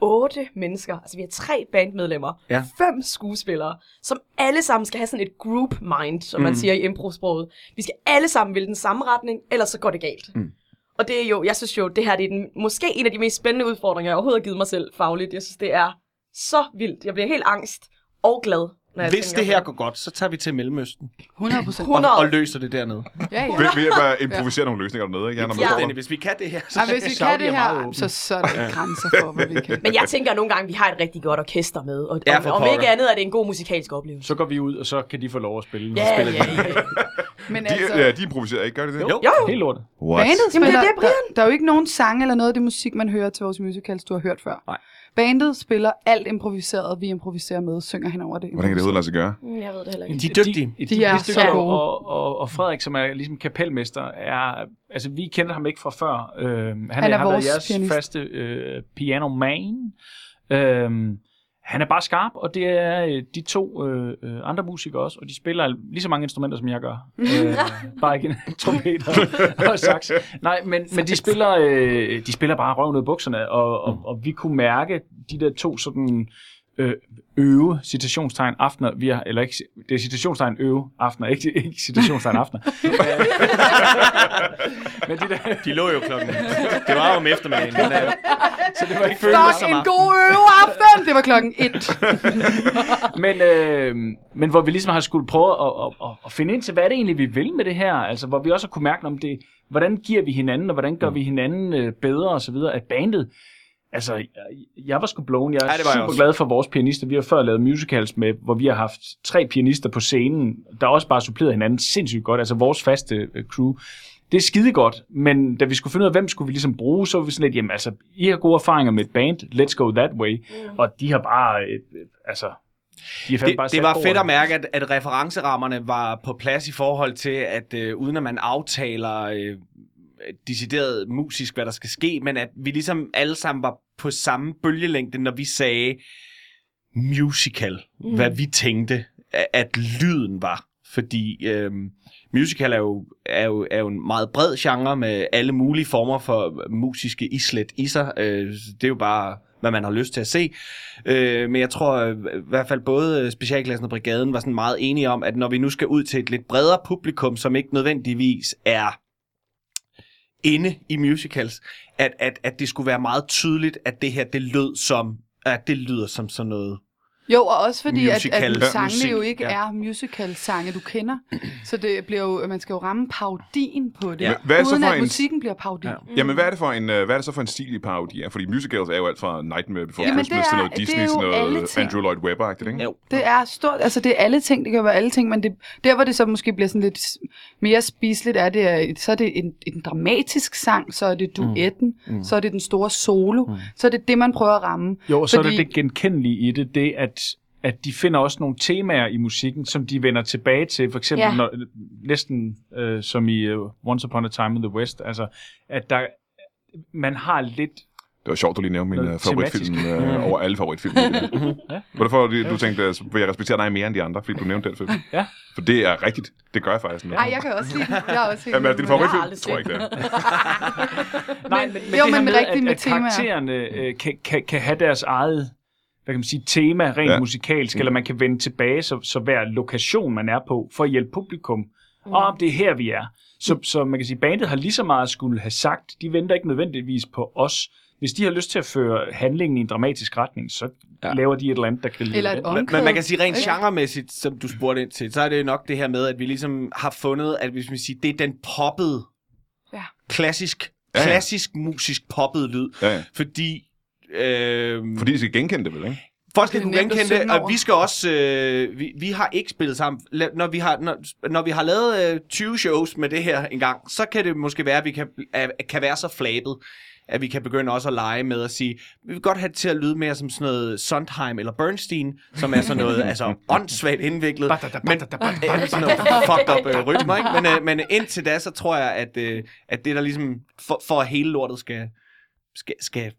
S5: otte mennesker, altså vi har tre bandmedlemmer,
S4: Ja.
S5: fem skuespillere, som alle sammen skal have sådan et group mind, som mm. man
S4: Mm.
S5: siger i improsproget. Vi skal alle sammen vælge den samme retning, ellers så går det galt.
S4: Mm.
S5: Og det er jo, jeg synes jo, det her det er den, måske en af de mest spændende udfordringer, jeg overhovedet har givet mig selv fagligt. Jeg synes, det er så vildt. Jeg bliver helt angst og glad, når jeg
S4: Hvis
S5: tænker
S4: det her
S5: på
S4: går godt, så tager vi til Mellemøsten
S3: 100 procent.
S4: og,
S5: 100.
S4: og løser det dernede.
S3: Ja, ja.
S1: Ved, ved at bare improvisere nogle løsninger dernede, ikke? Ja, når man
S5: Ja.
S1: står
S4: Fuldstændig.
S1: der.
S4: Hvis vi kan det her, så
S3: Ej, hvis vi kan
S4: Saudi er
S3: det
S4: meget
S3: her,
S4: åben.
S3: så, så er der grænser for, hvad vi kan.
S5: Men jeg tænker nogle gange, at vi har et rigtig godt orkester med, og
S4: Ja,
S5: om,
S4: for
S5: om
S4: pokker.
S5: ikke andet er det en god musikalsk oplevelse.
S2: Så går vi ud, og så kan de få lov at spille.
S5: Ja, ja, ja.
S3: Men
S1: De,
S4: øh,
S3: altså,
S1: ja, de improviserer ikke, gør de det?
S4: Jo.
S5: Jo, jo.
S2: Helt lortet.
S1: What?
S3: bandet
S5: Jamen,
S3: spiller,
S5: det er det,
S3: der, der er jo ikke nogen sang eller noget af det musik, man hører til vores musicals, du har hørt før.
S4: Nej.
S3: Bandet spiller alt improviseret, vi improviserer med, synger hen over det.
S1: Hvordan kan det udlade sig gøre?
S5: Mm, Jeg ved det heller ikke.
S4: De er dygtige.
S2: De,
S3: De er
S2: pisse
S3: så
S2: dygtige,
S3: gode.
S2: Og, og, og Frederik, som er ligesom kapelmester, er, altså vi kender ham ikke fra før. Øhm, han,
S3: Han er
S2: har været
S3: vores
S2: jeres
S3: pianist.
S2: faste øh, piano man. Øhm, han er bare skarp, og det er øh, de to øh, øh, andre musikere også, og de spiller lige så mange instrumenter, som jeg gør. Øh, bare ikke en trompeter og sax. Nej, men, men de, spiller, øh, de spiller bare røven ud af bukserne, og, og, og vi kunne mærke de der to sådan øh, øve, citationstegn, aftener, vi har, eller ikke, det er citationstegn øve, aftener, ikke, ikke citationstegn aftener. Øh, men de der,
S4: De lå jo klokken. Det var jo om eftermiddagen. Den er jo-
S2: så det var ikke
S4: Følelser
S3: Fuck, en
S4: meget.
S3: god øveaften! Det var klokken et.
S2: men, øh, men hvor vi ligesom har skulle prøve at, at, at, at finde ind til, hvad er det egentlig, vi vil med det her? Altså, hvor vi også har kunne mærke, om det, hvordan giver vi hinanden, og hvordan
S4: Mm.
S2: gør vi hinanden øh, bedre og så videre at bandet. Altså, jeg, jeg var sgu blown. Jeg er
S4: Ja, det var jeg
S2: super
S4: også.
S2: glad for vores pianister. Vi har før lavet musicals med, hvor vi har haft tre pianister på scenen, der også bare supplerede hinanden sindssygt godt. Altså vores faste øh, crew. Det er skide godt, men da vi skulle finde ud af, hvem skulle vi ligesom bruge, så var vi sådan lidt, jamen altså, I har gode erfaringer med et band, let's go that way. Mm. Og de har bare, øh, øh, altså, de har fandme
S4: det,
S2: bare
S4: det
S2: sat
S4: var fedt
S2: bordet.
S4: at mærke, at, at referencerammerne var på plads i forhold til, at øh, uden at man aftaler øh, decideret musisk, hvad der skal ske, men at vi ligesom alle sammen var på samme bølgelængde, når vi sagde musical, mm. hvad vi tænkte, at, at lyden var. Fordi øh, musical er jo, er, jo, er jo en meget bred genre med alle mulige former for musiske islet i sig. Øh, det er jo bare, hvad man har lyst til at se. Øh, men jeg tror øh, i hvert fald både øh, specialklassen og brigaden var sådan meget enige om, at når vi nu skal ud til et lidt bredere publikum, som ikke nødvendigvis er inde i musicals, at, at, at det skulle være meget tydeligt, at det her, det lød som, at det lyder som sådan noget.
S3: Jo, og også fordi, at,
S4: Musical. Ja,
S3: at sangene
S4: musik,
S3: jo ikke
S4: ja.
S3: er musical-sange, du kender. Så det bliver jo, man skal jo ramme parodien på det,
S4: Ja.
S1: Hvad er så
S3: uden
S1: for
S3: at
S1: en-
S3: musikken bliver parodi.
S4: Ja.
S3: Ja.
S1: Jamen,
S3: Mm.
S1: hvad er det for en, øh, hvad er det så for en stil, I parodier? Fordi musicals er jo alt fra Nightmare Before
S3: Jamen, det
S1: Christmas til
S3: er-
S1: noget
S3: det er
S1: Disney
S3: jo
S1: til
S3: alle
S1: noget øh,
S3: ting.
S1: Andrew Lloyd Webber, ikke?
S2: Mm.
S4: Jo.
S3: Det er stort, altså det er alle ting, det kan være alle ting, men det, der hvor det så måske bliver sådan lidt s- mere spiseligt, er det, at så er det en, en dramatisk sang, så er det duetten, mm. så er det den store solo, mm. så er det det, man prøver at ramme.
S2: Jo, og så Fordi...
S3: Fordi-
S2: er det det genkendelige i det, det at, at de finder også nogle temaer i musikken, som de vender tilbage til, for eksempel ja.
S5: Ja.
S2: når, næsten øh, som i uh, Once Upon a Time in the West, altså at der, man har lidt,
S1: Det var sjovt, du lige nævnte min
S2: Noget
S1: øh, favoritfilm
S2: tematisk. Mm. Mm-hmm.
S1: øh, over alle favoritfilm. ja. Hvorfor du, du tænkte, at jeg respekterer dig mere end de andre, fordi du nævnte den film?
S2: Ja.
S1: For det er rigtigt. Det gør jeg faktisk. nu.
S3: Nej, jeg kan også lide den. Jeg er også helt
S1: Jamen, er det din
S3: vild med den.
S5: Jeg har
S1: favoritfilm?
S5: aldrig
S1: Tror jeg ikke, det er.
S2: nej, men, men
S3: jo,
S2: det her
S3: men
S2: med,
S3: rigtigt
S2: at,
S3: med
S2: at
S3: temaer.
S2: karaktererne øh, kan, kan, kan have deres eget hvad kan man sige, tema rent
S1: Ja.
S4: Mm.
S2: ja. musikalsk, eller man kan vende tilbage, så, så hver lokation, man er på, for at hjælpe publikum.
S3: Mm.
S2: og om det er her, vi er. Så, så man kan sige, bandet har lige så meget at skulle have sagt. De venter ikke nødvendigvis på os. Hvis de har lyst til at føre handlingen i en dramatisk retning, så
S4: Ja.
S2: ja. laver de et eller andet, der kan lide
S3: Eller et
S2: det.
S3: omkvæd.
S4: Men man kan sige rent genremæssigt, som du spurgte ind til, så er det jo nok det her med, at vi ligesom har fundet, at hvis man siger, det er den poppede,
S3: Ja.
S4: klassisk,
S1: Ja, ja.
S4: klassisk musisk poppet lyd,
S1: Ja, ja.
S4: fordi... Øh,
S1: Fordi de skal genkende det, vel, ikke?
S4: Folk skal
S3: Det er
S4: kunne
S3: nemt at
S4: genkende det,
S3: synge
S4: og
S3: over.
S4: vi skal også... Øh, vi, vi har ikke spillet sammen. La- Når vi har, når, når vi har lavet øh, 20 shows med det her engang, så kan det måske være, at vi kan, at, kan være så flabet, at vi kan begynde også at lege med at sige, vi vil godt have det til at lyde mere som sådan noget Sondheim eller Bernstein, som er sådan noget altså åndssvagt indviklet, men øh, sådan noget fucked up øh, rytmer, ikke? Men, øh, men indtil da, så tror jeg, at, øh, at det der ligesom for, for at hele lortet skal, skal, skal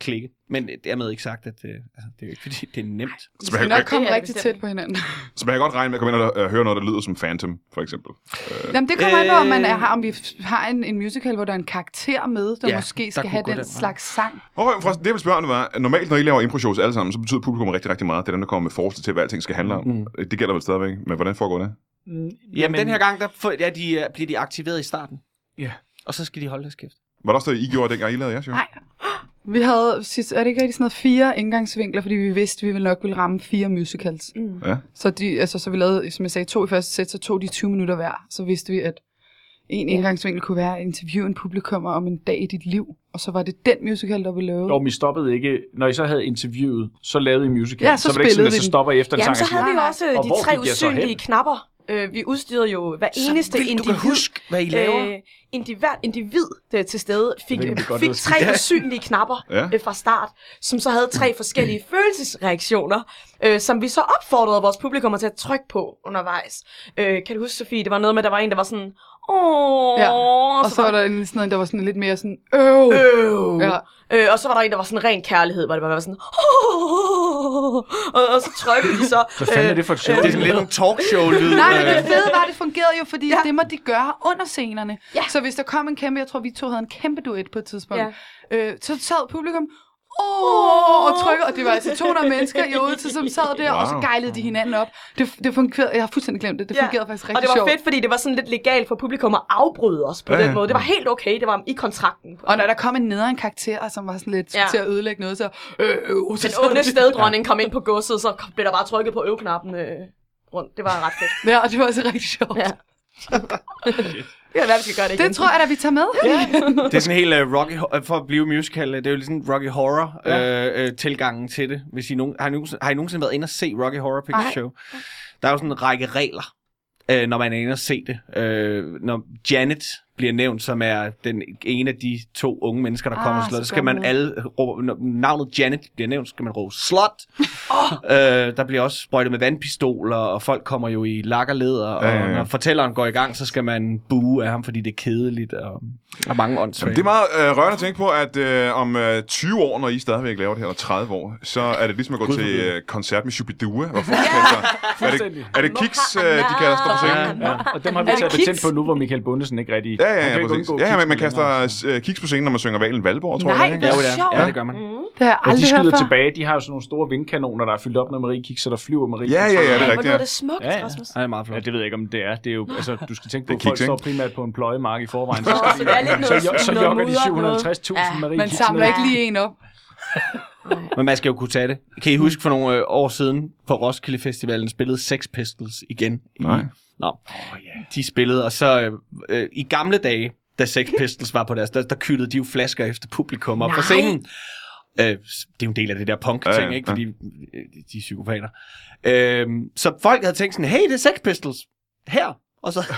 S4: klikke. Men øh, dermed ikke sagt, at øh, altså, det er jo ikke fordi, det er nemt.
S3: Vi
S1: Så man
S3: skal
S1: kan-
S3: nok komme
S5: Det er det
S3: rigtig
S5: bestemt.
S3: tæt på hinanden.
S1: Så man kan godt regne med at komme ind og øh, høre noget, der lyder som Phantom, for eksempel. Øh,
S3: Jamen, det kommer an på, om, man er,
S4: Øh.
S3: har, om vi har en, en musical, hvor der er en karakter med, der
S4: Ja,
S3: ja, måske
S4: der
S3: skal
S4: kunne
S3: have
S4: gå den
S3: den,
S4: vej.
S3: slags sang.
S1: Og forresten, det jeg vil spørge om, det var, at normalt når I laver impro-shows alle sammen, så betyder publikum rigtig, rigtig meget. Det er dem, der kommer med forslag til, hvad alting skal handle om.
S4: Mm.
S1: Mm. Det gælder vel stadigvæk, men hvordan foregår det?
S2: Jamen,
S4: Jamen, den her gang, der får, ja, de, øh, bliver de aktiveret i starten.
S2: Ja.
S4: Og så skal de holde deres kæft.
S1: Var det også det, I gjorde, dengang I lavede jeres show?
S3: Nej. Vi havde, sidst, er det ikke rigtig sådan noget, fire indgangsvinkler, fordi vi vidste, at vi ville nok ville ramme fire musicals.
S5: Mm.
S1: Ja.
S3: Så, de, altså, så vi lavede, som jeg sagde, to i første sæt, så tog de 20 minutter hver. Så vidste vi, at en
S5: Ja.
S3: indgangsvinkel kunne være at interviewe en publikum om en dag i dit liv. Og så var det den musical, der vi lavede.
S2: Og vi stoppede ikke. Når I så havde interviewet, så lavede I musical.
S3: Ja, så
S2: var det ikke sådan,
S3: spillede
S2: at
S3: vi
S2: så
S3: den.
S2: stopper I efter en
S5: Jamen,
S2: sang.
S5: så
S2: og siger,
S5: havde vi jo også øh,
S2: Og
S5: de
S2: hvor
S5: tre
S2: gik jeg så hen?
S5: usynlige knapper. Øh, vi udstyrede jo hver eneste
S4: vildt, du
S5: individ.
S4: kan huske, hvad I laver.
S5: Øh, indi- hvert individ der til stede
S2: Jeg
S5: fik,
S2: ved ikke, om det er godt
S5: fik
S2: at sige.
S5: tre usynlige knapper
S1: Ja.
S5: øh, fra start, som så havde tre forskellige følelsesreaktioner, øh, som vi så opfordrede vores publikum til at trykke på undervejs. Øh, kan du huske, Sofie, det var noget med, der var en, der var sådan... Åh,
S3: Ja, og så var der en, sådan en, der var sådan lidt mere sådan, øv.
S5: Øv.
S3: Ja.
S5: Øh, og så var der en, der var sådan ren kærlighed, hvor det bare var sådan... Og, og så trykkede de så...
S2: Hvad fanden er det for et show?
S4: Det er sådan lidt en talkshow-lyd.
S3: Nej, men
S4: øh.
S3: det fede var, at det fungerede jo, fordi
S5: Ja.
S3: ja. det må de gøre under scenerne.
S5: Ja.
S3: Ja. Så hvis der kom en kæmpe, jeg tror, vi to havde en kæmpe duet på et tidspunkt,
S5: Ja.
S3: ja. øh, så sad publikum Åh, og trykker, og det var altså 200 mennesker i Odense, som sad der, wow. og
S1: Wow.
S3: så gejlede de hinanden op. Det, det fungerede, jeg har fuldstændig glemt det, det
S5: Ja,
S3: fungerede faktisk rigtig
S5: og det var
S3: sjovt.
S5: fedt, fordi det var sådan lidt legalt for publikum at afbryde os på
S1: Ja,
S5: ja,
S1: ja.
S5: den måde. Det var helt okay, det var i kontrakten.
S3: Og når der kom en nederen karakter, som var sådan lidt
S5: Ja.
S3: ja. til at ødelægge noget, så... Øh, øh, så
S5: Den
S3: sad
S5: onde
S3: de-
S5: steddronning kom ind på godset, så kom- blev der bare trykket på øvknappen øh, rundt. Det var ret fedt.
S3: Ja, og det var altså rigtig sjovt.
S5: Ja.
S3: Ja.
S5: Det kan være, vi skal gøre det igen.
S3: Det tror jeg da, vi tager med. Ja.
S4: Det er sådan helt uh, Rocky, øh, for at blive musical, øh, det er jo ligesom Rocky Horror-tilgangen til det. Hvis I nogen, har, I nogensinde, har I nogensinde været inde og se Rocky Horror Picture
S3: Nej.
S4: Show? Der er jo sådan en række regler, øh, når man er inde og se det. Øh, når Janet bliver nævnt, som er den ene af de to unge mennesker, der
S3: Ah,
S4: kommer og slår,
S3: så
S4: så skal
S3: gør
S4: man
S3: man
S4: alle råbe, når navnet Janet bliver nævnt, så skal man råbe slot. Øh, der bliver også sprøjtet med vandpistoler, og folk kommer jo i lakkerleder, og
S1: Ja, ja, ja.
S4: når fortælleren går i gang, så skal man buge af ham, fordi det er kedeligt, og, og mange åndssvage.
S1: Jamen, det er meget øh, rørende at tænke på, at øh, om øh, 20 år, når I stadigvæk laver det her, eller 30 år, så er det ligesom at gå til øh, koncert med Shubidua. Hvor folk ja, er, det,
S2: Fuldstændig.
S1: er det kiks, øh, de kaster stå på scenen?
S4: Ja, ja.
S2: Og dem har vi
S5: Er det
S2: taget
S5: kiks?
S2: patent på nu, hvor Michael Bundesen ikke rigtig...
S1: Ja, ja,
S2: Han
S1: ja,
S2: kan ikke
S1: præcis.
S2: undgå
S1: Ja, ja, men man
S2: kiks
S1: kaster
S2: længere.
S1: øh, kiks på scenen, når man synger Valen Valborg, tror
S3: Nej,
S1: jeg.
S3: hvor
S4: Ja, jo, det
S3: sjovt.
S4: er. Mm. Ja, det gør man.
S3: Det har jeg
S2: Ja, de
S3: aldrig hørt
S2: skyder
S3: før.
S2: tilbage. De har jo sådan nogle store vindkanoner, der er fyldt op med Marie Kik, så der flyver Marie
S1: Ja,
S2: Kiks.
S1: ja, ja, det
S5: Ej,
S1: er
S5: hvor lyder
S1: rigtigt.
S5: det smukt,
S2: Ja, ja.
S5: Rasmus.
S4: Ja, det er meget flot.
S2: Ja, det ved jeg ikke, om det er. Det er jo, altså, du skal tænke på,
S1: Det er
S2: at folk
S1: kiks, ikke?
S2: står primært på en pløjemark i forvejen.
S5: Nå, så det er lidt noget-
S2: så, så
S5: noget
S2: jokker de
S5: mudret
S2: 750.000
S5: noget.
S2: ja, Marie
S3: Man
S2: Kiks
S3: samler
S2: ned.
S3: ikke lige en op.
S4: Men man skal jo kunne tage det. Kan I huske for nogle øh, år siden på Roskilde Festivalen spillede Sex Pistols igen?
S1: Nej.
S4: Nå, oh, yeah. de spillede, og så øh, øh, i gamle dage, da Sex Pistols var på deres, der, der kyldede de jo flasker efter publikum op på
S5: Nej.
S4: scenen. Øh, det er jo en del af det der punk-ting,
S1: Ja, ja,
S4: ikke?
S1: ja.
S4: Fordi øh, de er psykopater. Øh, så folk havde tænkt sådan, hey, det er Sex Pistols. Her. Og så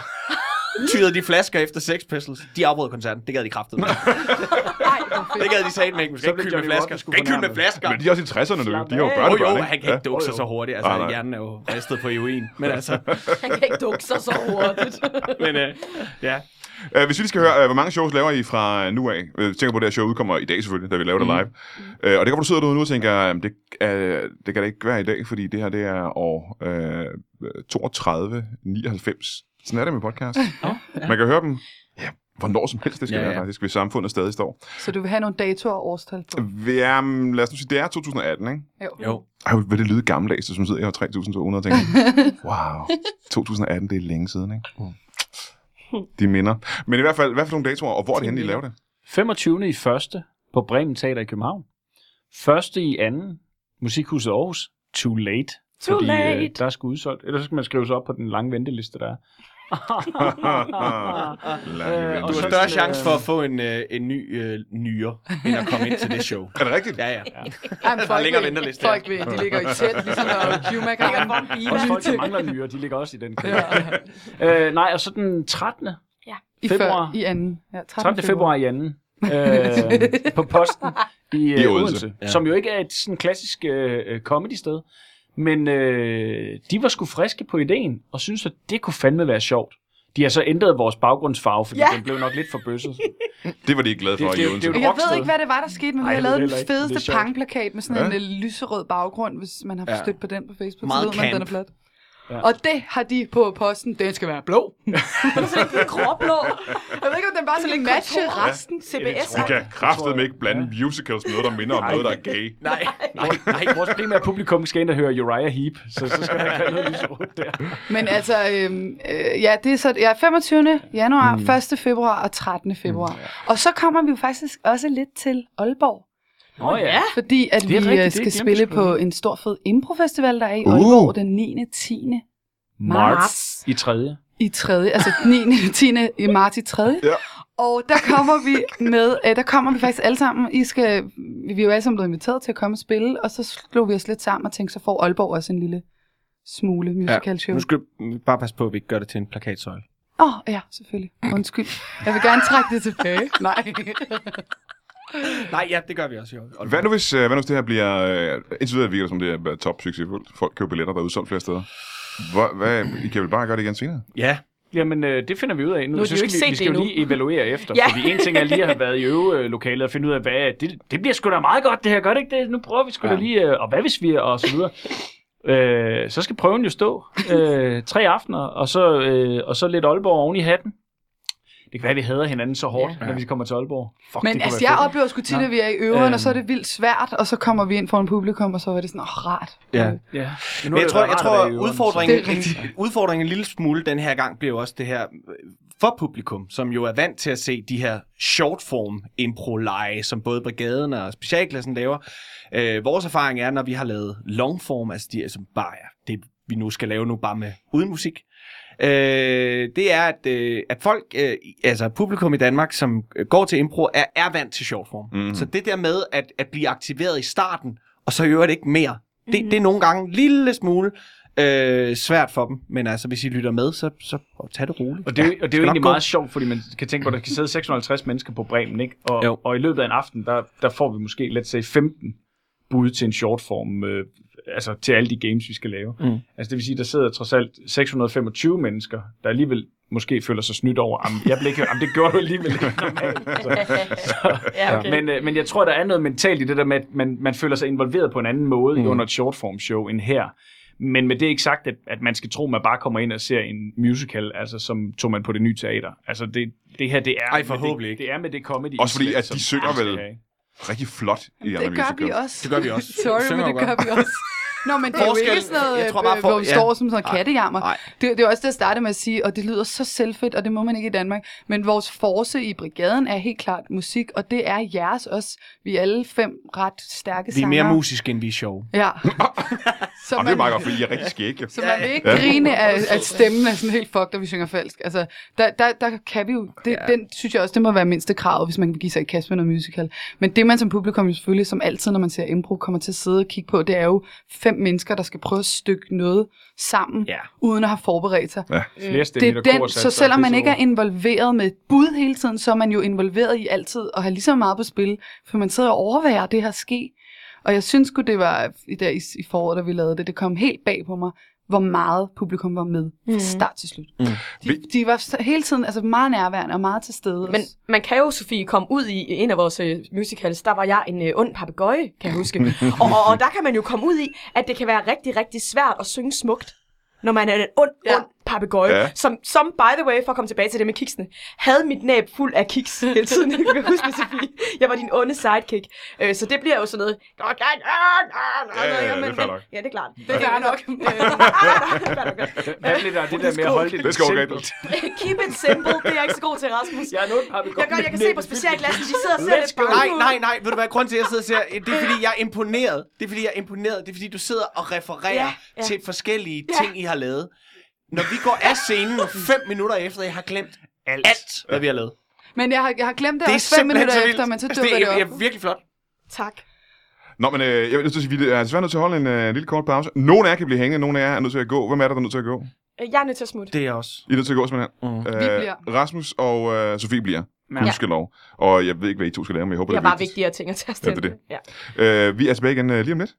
S4: tyrede de flasker efter Sex Pistols. De afbrød koncerten. Det gad de kraftedeme. det gad de sagde ikke, man
S2: Så
S4: skal ikke kylde med
S2: blev Johnny
S4: flasker.
S2: Rotten sgu
S4: Skal ikke kylde med
S2: fornærmet.
S4: flasker.
S1: Men de er også i 60'erne nu. De er jo
S4: Jo,
S5: af.
S1: børnebørn,
S4: jo,
S1: ikke?
S4: han kan ikke dukke sig så hurtigt. Altså,
S1: Nej, nej.
S4: hjernen er jo ristet på heroin. Men altså,
S5: Han kan ikke dukke sig så hurtigt.
S4: men, øh, ja.
S1: Øh, hvis vi lige skal høre, øh, hvor mange shows laver I fra øh, nu af? Øh, Jeg tænker på, at det her show udkommer i dag selvfølgelig, da vi laver
S4: Mm.
S1: det live. Øh, og det kan du sidder derude nu og tænker, jamen, det, øh, det kan da ikke være i dag, fordi det her det er år øh, 32, 99. Sådan er det med podcast. Man kan høre dem, ja, hvornår som helst det skal
S4: Ja,
S1: ja,
S4: ja.
S1: være faktisk, hvis samfundet stadig står.
S3: Så du vil have nogle datoer og årstal på?
S1: Jamen, lad os nu sige, det er 2018, ikke?
S4: Jo.
S1: Ej, hvor vil det lyde gammeldags, som sidder jeg har 3.200 og tænker, wow, 2018, det er længe siden, ikke?
S4: Mm.
S1: De minder. Men i hvert fald, hvad for nogle datoer, og hvor er det henne, I laver det?
S2: 25. i første på Bremen Teater i København. Første i anden, Musikhuset Aarhus. Too late.
S5: Too
S2: fordi,
S5: late.
S2: Øh, der er sgu udsolgt. Ellers skal man skrive sig op på den lange venteliste, der er.
S1: Lange
S2: Øh,
S1: venteliste.
S4: Du har større chance for at få en, øh, en ny øh, nyre, end at komme ind til det show.
S1: Er det rigtigt?
S4: Ja, ja.
S3: Jamen,
S4: Der er
S3: folk
S4: længere
S3: vil-
S4: venteliste,
S3: Folk vil, de ligger i tæt, ligesom når Q-Mac
S5: Ligger
S3: har
S5: foran
S3: en
S5: bilen.
S2: Også folk, der
S3: til-
S2: mangler nyere, de ligger også i den.
S3: Ja.
S2: øh, nej, og så den 13.
S3: I
S2: Februar.
S3: før, i anden. Ja,
S2: 13. februar i anden. øh, på posten i, øh,
S1: I Odense.
S2: Odense, Odense
S4: Ja.
S2: ja. som jo ikke er et sådan klassisk øh, øh, comedy-sted. Men øh, de var sgu friske på ideen, og synes at det kunne fandme være sjovt. De har så ændret vores baggrundsfarve, fordi
S5: Ja.
S2: ja. den blev nok lidt for bøsset.
S1: Det var de ikke glade for
S2: Det-
S1: i
S2: det-
S1: Odense.
S2: det-
S3: Jeg ved
S2: Rocksted.
S3: ikke, hvad det var, der skete, men
S2: Ej,
S3: vi har
S2: det
S3: lavet
S2: ved jeg
S3: den
S2: ikke. Det er
S3: fedeste
S2: sjovt.
S3: pangplakat med sådan
S1: Ja.
S3: en øh, lyserød baggrund, hvis man har
S4: Ja.
S3: ja. stødt på den på Facebook, så
S4: Meget
S3: ved man, at den er
S4: camp.
S3: plat.
S2: Ja.
S3: Ja. Og det har de på posten, den skal være blå.
S5: Gråblå.
S3: Jeg ved ikke, om den bare skal matche
S5: kontor.
S3: resten.
S5: CBS.
S1: Vi kan kraftedeme
S2: jeg.
S1: ikke blande musicals med noget, der minder om noget, der er gay.
S4: Nej, nej, nej.
S2: Vores primære publikum skal ind og høre Uriah Heep, så, så skal der ikke være noget lyserødt der.
S3: Men altså, øhm, øh, ja, det er så ja, 25. januar, mm. 1. februar og 13. februar. Mm, ja. Og så kommer vi jo faktisk også lidt til Aalborg.
S2: Nå ja.
S3: Fordi at
S2: Det er
S3: vi
S2: rigtigt,
S3: rigtigt,
S2: det
S3: skal
S2: er glemt
S3: spille
S2: at skrive.
S3: på en stor fed improfestival, der er i
S1: Uh.
S3: Aalborg den 9. 10.
S2: Marts i tredje.
S3: i 3. Altså den 9. 10. i marts i 3.
S1: Ja.
S3: Og der kommer vi med, øh, der kommer vi faktisk alle sammen, I skal, vi er jo alle sammen blevet inviteret til at komme og spille, og så slog vi os lidt sammen og tænkte, så får Aalborg også en lille smule musical show.
S4: Nu skal vi bare passe på, at vi ikke gør det til en plakatsøjle.
S3: Åh, oh, ja, selvfølgelig. Undskyld. Jeg vil gerne trække det tilbage. Nej.
S4: Nej, ja, det gør vi også i år.
S1: Hvad nu hvis, øh, hvad nu hvis det her bliver... Øh, indtil videre virker det som det er top succesfuldt. Folk køber billetter, der er udsolgt flere steder. Hvor, hvad, I kan vel bare gøre det igen senere?
S4: Ja,
S2: Jamen, øh, det finder vi ud af nu.
S5: Nu har
S2: så
S5: de
S2: skal
S5: jo ikke
S2: vi,
S5: set
S2: vi
S5: det
S2: skal jo
S5: endnu.
S2: lige evaluere efter.
S5: Ja.
S2: Ja. Fordi en ting er lige at have været i øvelokalet og finde ud af, hvad det, det bliver sgu da meget godt, det her. Gør det ikke det? Nu prøver vi sgu
S4: Ja.
S2: ja. da lige, øh, og hvad hvis vi, og så videre. Øh, så skal prøven jo stå øh, tre aftener, og så, øh, og så lidt Aalborg oven i hatten. Det kan være, at vi hader hinanden så hårdt,
S4: Ja.
S2: ja. når vi kommer til Aalborg. Fuck, det
S3: Men
S2: kunne
S3: altså,
S2: være
S3: jeg
S2: fedt.
S3: oplever sgu tit,
S2: Nå.
S3: at vi er i øveren,
S2: Øhm.
S3: og så er det vildt svært, og så kommer vi ind foran publikum, og så er det sådan, åh, oh, rart.
S4: ja.
S2: Ja.
S4: Men jeg tror, jeg tror
S3: Det er
S4: udfordringen,
S3: rigtigt.
S4: en, udfordringen en lille smule den her gang bliver også det her øh, for publikum, som jo er vant til at se de her shortform impro lege som både brigaden og specialklassen laver. Øh, vores erfaring er, når vi har lavet longform, altså de er som bare ja, det vi nu skal lave nu bare med uden musik. Øh, det er, at, øh, at folk, øh, altså publikum i Danmark, som øh, går til impro, er, er vant til shortform.
S1: Mhm.
S4: Mm-hmm. Så det der med at, at blive aktiveret i starten, og så i øvrigt ikke mere, det,
S3: Mhm.
S4: mm-hmm. det er nogle gange en lille smule øh, svært for dem. Men altså, hvis I lytter med, så, så tag det roligt.
S2: Og det, ja,
S4: Ja,
S2: og det
S4: skal
S2: er jo
S4: nok
S2: egentlig
S4: gå.
S2: meget sjovt, fordi man kan tænke på, at der kan sidde 650 mennesker på Bremen, ikke?
S4: Jo.
S2: Og, og i løbet af en aften, der, der får vi måske, let's say, 15 bud til en shortform, øh, altså til alle de games, vi skal lave.
S4: Mm.
S2: Mm. Altså det vil sige, der sidder trods alt 625 mennesker, der alligevel måske føler sig snydt over, "Jamen, jeg blev ikke, jamen, det gjorde du alligevel ikke normalt."
S5: ja, okay.
S2: Men, øh, men jeg tror, der er noget mentalt i det der med, at man, man føler sig involveret på en anden måde
S4: Mm.
S2: mm. under et shortform show end her. Men med det ikke sagt, at, at man skal tro, at man bare kommer ind og ser en musical, altså som tog man på det nye teater. Altså det, det her, det er,
S4: Ej,
S2: med
S4: forhåbentlig
S2: det,
S4: ikke.
S2: det er med det comedy.
S1: Også fordi,
S2: islet,
S1: at de
S2: som
S1: synger
S2: man skal
S1: vel.
S3: Mm.
S2: have.
S1: Rigtig flot i andre
S3: Det gør vi
S1: musicals.
S3: også.
S4: Det gør vi også.
S3: Sorry,
S4: Synger
S3: men det
S4: jo
S3: gør
S4: godt.
S3: vi også. Nå, men det er jo ikke
S4: Forskellen-
S3: sådan noget,
S4: jeg tror bare,
S3: øh,
S4: for-
S3: hvor vi
S4: ja.
S3: står som sådan
S4: Ej.
S3: noget kattejammer.
S4: Nej.
S3: Det, det er også det, jeg startede med at sige, og det lyder så selvfedt, og det må man ikke i Danmark. Men vores force i brigaden er helt klart musik, og det er jeres også. Vi er alle fem ret stærke
S4: Vi er mere
S3: sangere.
S4: musiske, end vi er sjove.
S3: Ja. så
S1: Og det er meget godt, fordi I er rigtig skægge.
S3: så man vil ikke ja. grine af, at stemmen er sådan helt fucked, og vi synger falsk. Altså, der, der, der kan vi jo... Det,
S4: Ja.
S3: ja. Den synes jeg også, det må være mindste krav, hvis man vil give sig i kast med noget musical. Men det man som publikum jo selvfølgelig, som altid, når man ser impro, kommer til at sidde og kigge på, det er jo fem mennesker, der skal prøve at stykke noget sammen,
S4: Ja.
S3: uden at have forberedt sig.
S2: Flere
S3: Det
S2: stemmer,
S3: er den, så selvom man ikke er involveret med et bud hele tiden, så er man jo involveret i altid at have lige så meget på spil, for man sidder og overvejer det her ske. Og jeg synes sgu, det var i dag i- i foråret, da vi lavede det, det kom helt bag på mig, hvor meget publikum var med fra
S5: Mhm.
S3: start til slut. Mm. De,
S1: Vi-
S3: de var så- hele tiden altså meget nærværende og meget til stede.
S5: Men
S3: også.
S5: man kan jo, Sofie, komme ud i en af vores øh, musicals. Der var jeg en øh, ond papegøje, kan jeg huske. og, og, og der kan man jo komme ud i, at det kan være rigtig, rigtig svært at synge smukt, når man er en ond,
S3: Ja.
S5: ond papegøje,
S1: Ja.
S5: ja. som, som, by the way, for at komme tilbage til det med kiksene, havde mit næb fuld af kiks hele tiden. Jeg kan huske, Sofie, jeg var din onde sidekick. Øh, så det bliver jo sådan noget... Ja,
S1: ja, ja, det er fair nok.
S5: Ja, det er klart. Øh,
S3: Det er klart nok.
S2: Hvad blev der det der med at holde det
S1: Det skal okay.
S2: simpelt?
S5: Keep it simple, det er jeg ikke så god til, Rasmus.
S2: Jeg er nu en papegøje.
S5: Jeg, gør, jeg kan se på specialklassen, de sidder og ser
S2: Let's
S5: lidt
S2: go.
S5: bange
S4: Nej,
S5: ud.
S4: nej, nej. Ved du hvad, grunden til, at jeg sidder og ser, det er fordi, jeg er imponeret. Det er fordi, jeg er imponeret. Det er fordi, du sidder og refererer ja, ja.
S5: Ja, ja.
S4: til forskellige
S5: Ja.
S4: ting, I har lavet. Når vi går af scenen fem minutter efter, jeg har glemt alt, alt hvad vi har lavet.
S3: Men jeg har, jeg har glemt det,
S4: Det er
S3: også fem
S4: simpelthen
S3: minutter
S4: så vildt.
S3: efter, men så
S4: Det
S3: dukker det,
S4: er,
S3: op.
S4: det er virkelig flot.
S5: Tak.
S1: Nå, men øh, jeg er nødt til at sige, vi er desværre nødt til at holde en øh, lille kort pause. Nogle af jer kan blive hængende, nogle af jer er nødt til at gå. Hvem er der, der er nødt til at gå?
S5: Øh, Jeg er nødt til at smutte.
S4: Det er også.
S1: I er nødt til at gå, simpelthen. Øh,
S4: Mm.
S3: Vi bliver.
S1: Rasmus og øh, Sofie bliver.
S2: Ja.
S1: Husk lov. Og jeg ved ikke, hvad I to skal lave, men jeg håber,
S5: Jeg
S1: det er
S5: var
S1: vigtigt.
S5: vigtigere ting at tage
S1: Ja, det er
S5: afsted.
S1: det.
S5: Ja.
S1: Øh, vi er tilbage igen øh, lige om lidt.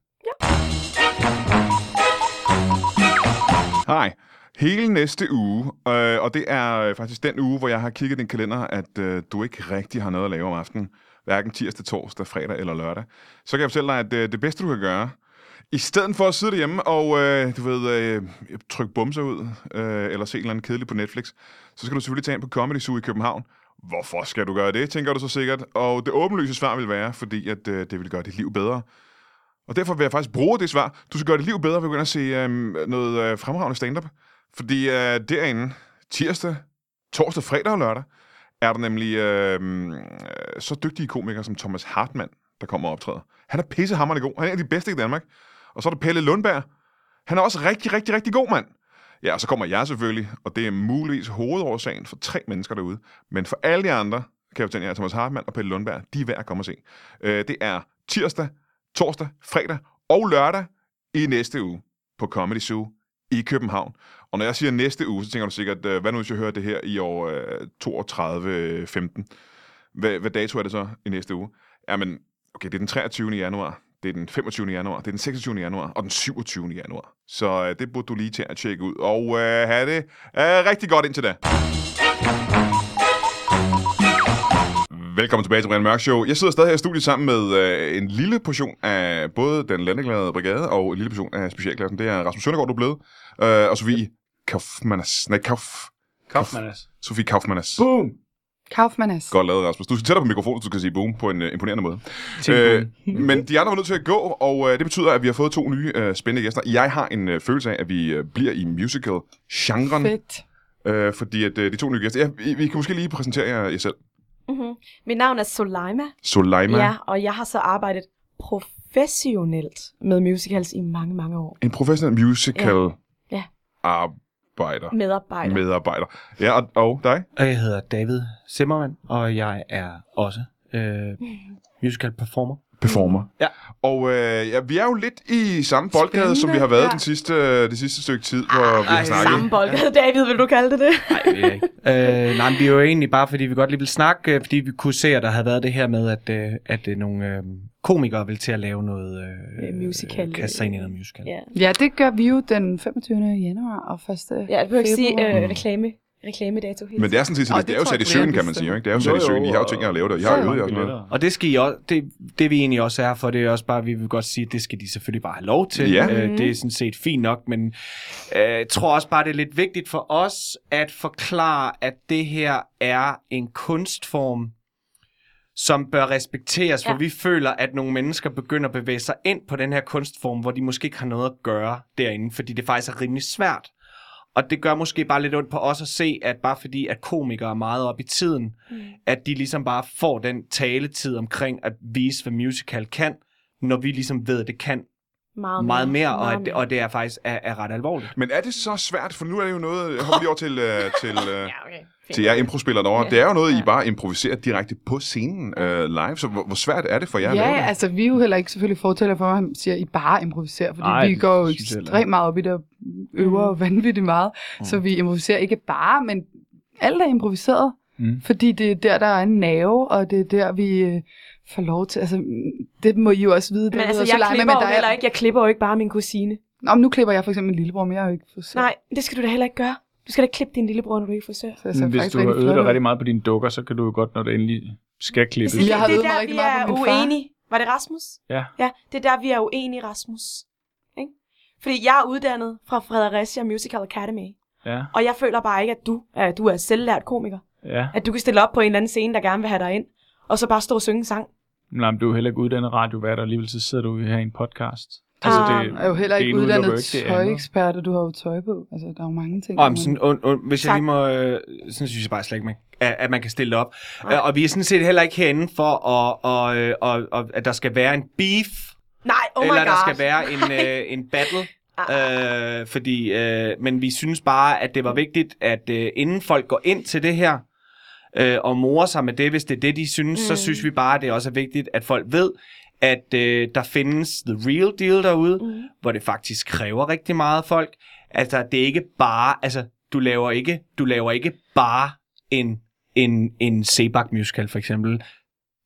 S1: Ja. Hej. Hele næste uge, øh, og det er øh, faktisk den uge, hvor jeg har kigget i din kalender, at øh, du ikke rigtig har noget at lave om aftenen. Hverken tirsdag, torsdag, fredag eller lørdag. Så kan jeg fortælle dig, at øh, det bedste, du kan gøre, i stedet for at sidde derhjemme og øh, du ved, øh, trykke bumser ud, øh, eller se en eller anden kedelig på Netflix, så skal du selvfølgelig tage ind på Comedy Zoo i København. Hvorfor skal du gøre det, tænker du så sikkert. Og det åbenlyse svar vil være, fordi at, øh, det vil gøre dit liv bedre. Og derfor vil jeg faktisk bruge det svar. Du skal gøre dit liv bedre ved at begynde at se øh, noget øh, fremragende stand-up. Fordi øh, derinde, tirsdag, torsdag, fredag og lørdag, er der nemlig øh, øh, så dygtige komikere som Thomas Hartmann, der kommer og optræder. Han er pissehammerende god. Han er en af de bedste i Danmark. Og så er der Pelle Lundberg. Han er også rigtig, rigtig, rigtig god mand. Ja, og så kommer jeg selvfølgelig, og det er muligvis hovedårsagen for tre mennesker derude. Men for alle de andre, kan jeg fortælle jer, at Thomas Hartmann og Pelle Lundberg, de er værd at komme og se. Øh, det er tirsdag, torsdag, fredag og lørdag i næste uge på Comedy Zoo i København. Og når jeg siger næste uge, så tænker du sikkert, øh, hvad nu hvis jeg hører det her i år øh, 32.15? Hvad, hvad dato er det så i næste uge? Jamen, okay, det er den 23. januar, det er den 25. januar, det er den 26. januar og den 27. januar. Så øh, det burde du lige til at tjekke ud, og øh, have det øh, rigtig godt indtil da. Velkommen tilbage til Brian Mørk Show. Jeg sidder stadig her i studiet sammen med øh, en lille portion af både den landeglade brigade og en lille portion af specialklassen. Det er Rasmus Søndergaard, du er blevet, øh, og Sofie Kaufmannas. Nej, Kauf.
S2: Kaufmann, altså.
S1: Sofie Kaufmannas.
S2: Boom!
S3: Kaufmannas.
S1: Godt lavet, Rasmus. Du skal tættere på mikrofonen, så du kan sige boom på en øh, imponerende måde.
S2: Tænk
S1: Øh,
S2: på det.
S1: men de andre var nødt til at gå, og øh, det betyder, at vi har fået to nye øh, spændende gæster. Jeg har en øh, følelse af, at vi øh, bliver i musical-genren,
S3: Fedt.
S1: øh, fordi at, øh, de to nye gæster... Ja, vi, vi kan måske lige præsentere jer, jer selv.
S5: Mm-hmm. Mit navn er Soleima,
S1: Soleima.
S5: ja, og jeg har så arbejdet professionelt med musicals i mange, mange år.
S1: En professionel musical
S5: Ja. Ja.
S1: arbejder.
S5: Medarbejder. Med.
S1: Medarbejder. Ja, og, og dig?
S4: Og jeg hedder David Zimmermann, og jeg er også øh, musical performer.
S1: Performer.
S4: Ja.
S1: Og øh, ja, vi er jo lidt i samme boldgade, som vi har været ja.
S3: ja.
S1: den sidste, øh, det sidste stykke tid, hvor vi har
S4: ej,
S1: snakket.
S5: Ah, Samme boldgade, David, vil du kalde det det?
S4: Nej, det vil jeg ikke. øh, nej, men vi er jo egentlig bare, fordi vi godt lige ville snakke, øh, fordi vi kunne se, at der havde været det her med, at, øh, at øh, nogle øh, komikere ville til at lave noget...
S5: Øh, musical,
S4: Øh, kaste sig ind i noget musical.
S5: Ja,
S3: Ja, det gør vi jo den 25. januar og 1.
S5: ja jeg behøver ikke sige
S3: februar.
S5: øh, reklame, reklamedato helt.
S1: Men det er sådan set,
S3: Åh,
S1: sådan, det,
S3: det
S1: det er jo
S3: tror
S1: sat i
S3: jeg,
S1: søen,
S3: vi
S1: kan man sige. jo, Ikke? Det er jo sat
S2: Jo,
S1: i søen.
S2: jo,
S1: I har jo
S2: og-
S1: tænkt jer at lave det, og I har
S3: Så
S1: øvet
S3: mange
S1: jer og sådan noget.
S4: Og det skal I også, det, det vi egentlig også er for, det er også bare, vi vil godt sige, at det skal de selvfølgelig bare have lov til.
S1: Ja.
S4: Øh, det er sådan set fint nok, men øh, jeg tror også bare, det er lidt vigtigt for os at forklare, at det her er en kunstform, som bør respekteres, ja.
S5: Ja.
S4: hvor vi føler, at nogle mennesker begynder at bevæge sig ind på den her kunstform, hvor de måske ikke har noget at gøre derinde, fordi det faktisk er rimelig svært. Og det gør måske bare lidt ondt på os at se, at bare fordi, at komikere er meget op i tiden, mm. at de ligesom bare får den taletid omkring at vise, hvad musical kan, når vi ligesom ved, at det kan
S5: meget,
S4: meget mere, og, at,
S5: meget
S4: det- og det er faktisk er, er ret alvorligt.
S1: Men er det så svært? For nu er det jo noget... Jeg hopper lige over til, øh, til, øh,
S5: Ja, okay. Fint.
S1: til jer improspillere derovre.
S5: Ja.
S1: Det er jo noget, I bare improviserer direkte på scenen øh, live, så hvor, hvor svært er det for jer at lave
S3: Ja,
S1: det?
S3: altså vi er jo heller ikke selvfølgelig fortæller for, at han siger, at I bare improviserer, fordi
S2: Nej,
S3: Ej, vi
S2: det
S3: går jo
S2: synes jeg heller
S3: ekstremt
S2: ikke.
S3: meget op i det og øver mm. vanvittigt meget, mm. så vi improviserer ikke bare, men alt er improviseret,
S2: Mm.
S3: mm. fordi det er der, der er en nerve, og det er der, vi øh, får lov til, altså det må I jo også vide. det
S5: Men
S3: ved
S5: altså,
S3: så
S5: jeg
S3: Leila,
S5: klipper jo
S3: der er-
S5: heller ikke, jeg klipper jo ikke bare min kusine.
S3: Nå, men nu klipper jeg for eksempel min lillebror, men jeg er jo ikke frisør.
S5: Nej, det skal du da heller ikke gøre. Du skal da ikke klippe din lillebror, når du ikke er frisør.
S3: så jeg ser
S2: Men Mm, Hvis
S3: faktisk
S2: du har
S3: rigtig
S2: øvet dig
S3: flot ud.
S2: rigtig meget på dine dukker, så kan du jo godt, når det endelig skal klippes.
S3: Jeg har
S5: det
S3: øvet
S5: er
S3: mig
S5: der,
S3: rigtig
S5: vi
S3: meget
S5: er
S3: på min far.
S5: uenige. Var det Rasmus?
S2: Ja.
S5: Ja, det er der, vi er uenige, Rasmus. Ikke? Fordi jeg er uddannet fra Fredericia Musical Academy.
S2: Ja,
S5: Og jeg føler bare ikke, at du, at du er selvlært komiker.
S2: ja.
S5: At du kan stille op på en eller anden scene, der gerne vil have dig ind, og så bare stå og synge en sang.
S2: Nej, men du er jo heller ikke uddannet radiovært, og alligevel så sidder du her i en podcast. Altså,
S5: Ah,
S3: er jo heller
S2: det
S3: ikke
S2: ene udelukker
S3: uddannet
S2: jo ikke det andet.
S3: tøjekspert, og du har jo tøj på. Altså, der er jo mange ting.
S4: Og,
S3: man-
S4: men sådan, und, und, hvis
S5: Tak.
S4: jeg lige må, øh, sådan synes jeg bare slet ikke, man, at, at man kan stille det op. Øh, og vi er sådan set heller ikke herinde for, at, og, øh, og, og, at der skal være en beef,
S5: Nej, oh my
S4: eller
S5: god.
S4: der skal være en, øh, en battle. Øh, fordi, øh, men vi synes bare, at det var vigtigt, at øh, inden folk går ind til det her, øh, og morer sig med det, hvis det er det, de synes, mm. så synes vi bare, at det også er vigtigt, at folk ved, at øh, der findes the real deal derude, mm. hvor det faktisk kræver rigtig meget af folk. Altså, det er ikke bare, altså, du laver ikke, du laver ikke bare en, en, en Sebak musical, for eksempel.